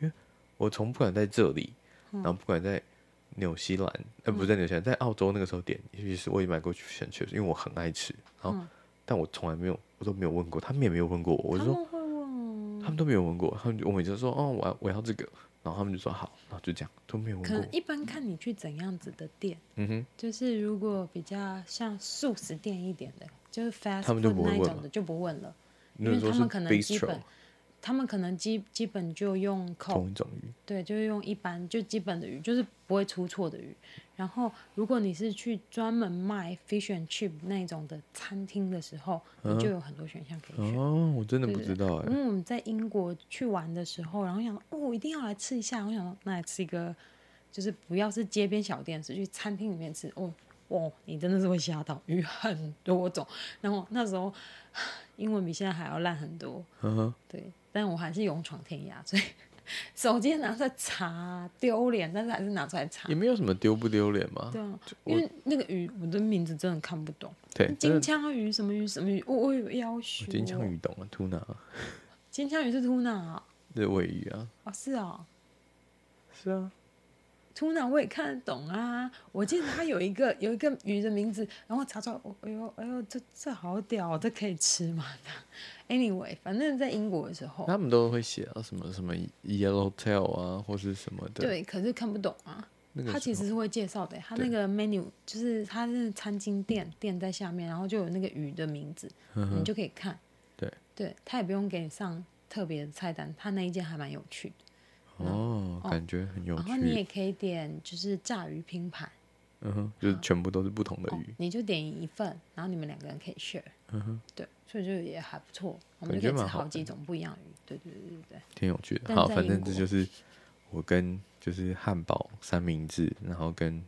因为我从不管在这里，
嗯
然后不管在纽西兰，呃，不是在纽西兰，在澳洲那个时候点，尤其是我也买过去选 chips，因为我很爱吃，然
嗯
后、但我从来没有，我都没有问过，他们也没有问过我，我
他
就说
们会问哦，
他们都没有问过，他们就我每次说哦，我要我要这个，然后他们就说好，然后就这样都没有问
可能
过，
一般看你去怎样子的店，
嗯哼，
就是如果比较像素食店一点的，就是 fast
他们就
food
不会
那一
问
种
嘛
的就不问了，因
那
为
时候
他
是
们可能基
bistro
本，哦他们可能基基本就用口
同一种鱼，
对，就是用一般就基本的鱼，就是不会出错的鱼。然后，如果你是去专门卖 fish and chip 那种的餐厅的时候，你
嗯
就有很多选项可以选。
哦，我真的不知道哎、
因为我们嗯在英国去玩的时候，然后想说哦，一定要来吃一下。我想说，那来吃一个，就是不要是街边小店，是去餐厅里面吃。哦哦，你真的是会吓到，鱼很多种。然后那时候英文比现在还要烂很多，
嗯哼。
对，但我还是勇闯天涯，所以 [LAUGHS] 手机拿出来查丢脸，但是还是拿出来查
也。没有什么丢不丢脸嘛
对，啊，
我
因为那个鱼，我的名字真的看不懂，
对，真
金
的
枪鱼什么鱼什么鱼，我我有要求。
金枪，鱼懂啊，tuna，啊
金枪鱼是 tuna 啊、
这尾鱼啊，
哦，是哦。
是啊，
tuna 我也看得懂啊，我记得它有一个有一个鱼的名字，然后查出来，我哎呦哎呦，这这好屌哦，这可以吃吗 [LAUGHS] ？Anyway，反正在英国的时候，
哦他们都会写啊，什么什么 yellow tail 啊，或是什么的，
对，可是看不懂啊，
那个
他其
时
实是会介绍的，他
对
那个 menu 就是他是餐巾店，店在下面，然后就有那个鱼的名字，你就可以看。
嗯对
对，他也不用给你上特别的菜单，他那一间还蛮有趣的。
候哦，感觉很有
嗯然后你也
趣，
可以点就是炸鱼拼盘，
嗯哼，就是全部都是不同的
哦
鱼，，嗯
你就点一份，然后你们两个人可以 share。对，所以就也还不错，我们
感
就
觉
可以吃
蛮好
好几种不一样的鱼。对对对对对。
挺有趣的。
但
好，
在
反
英
正这
国
就是我跟就是汉堡三明治，然后跟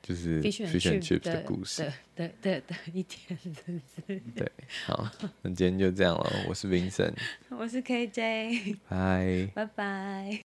就是
fish and
fish and
chip
chips 的故事。
对对对，一天 [LAUGHS] 真是。
对，好，
[LAUGHS]
那今天就这样了。我是 Vincent，
我是 KJ，
拜。
拜拜。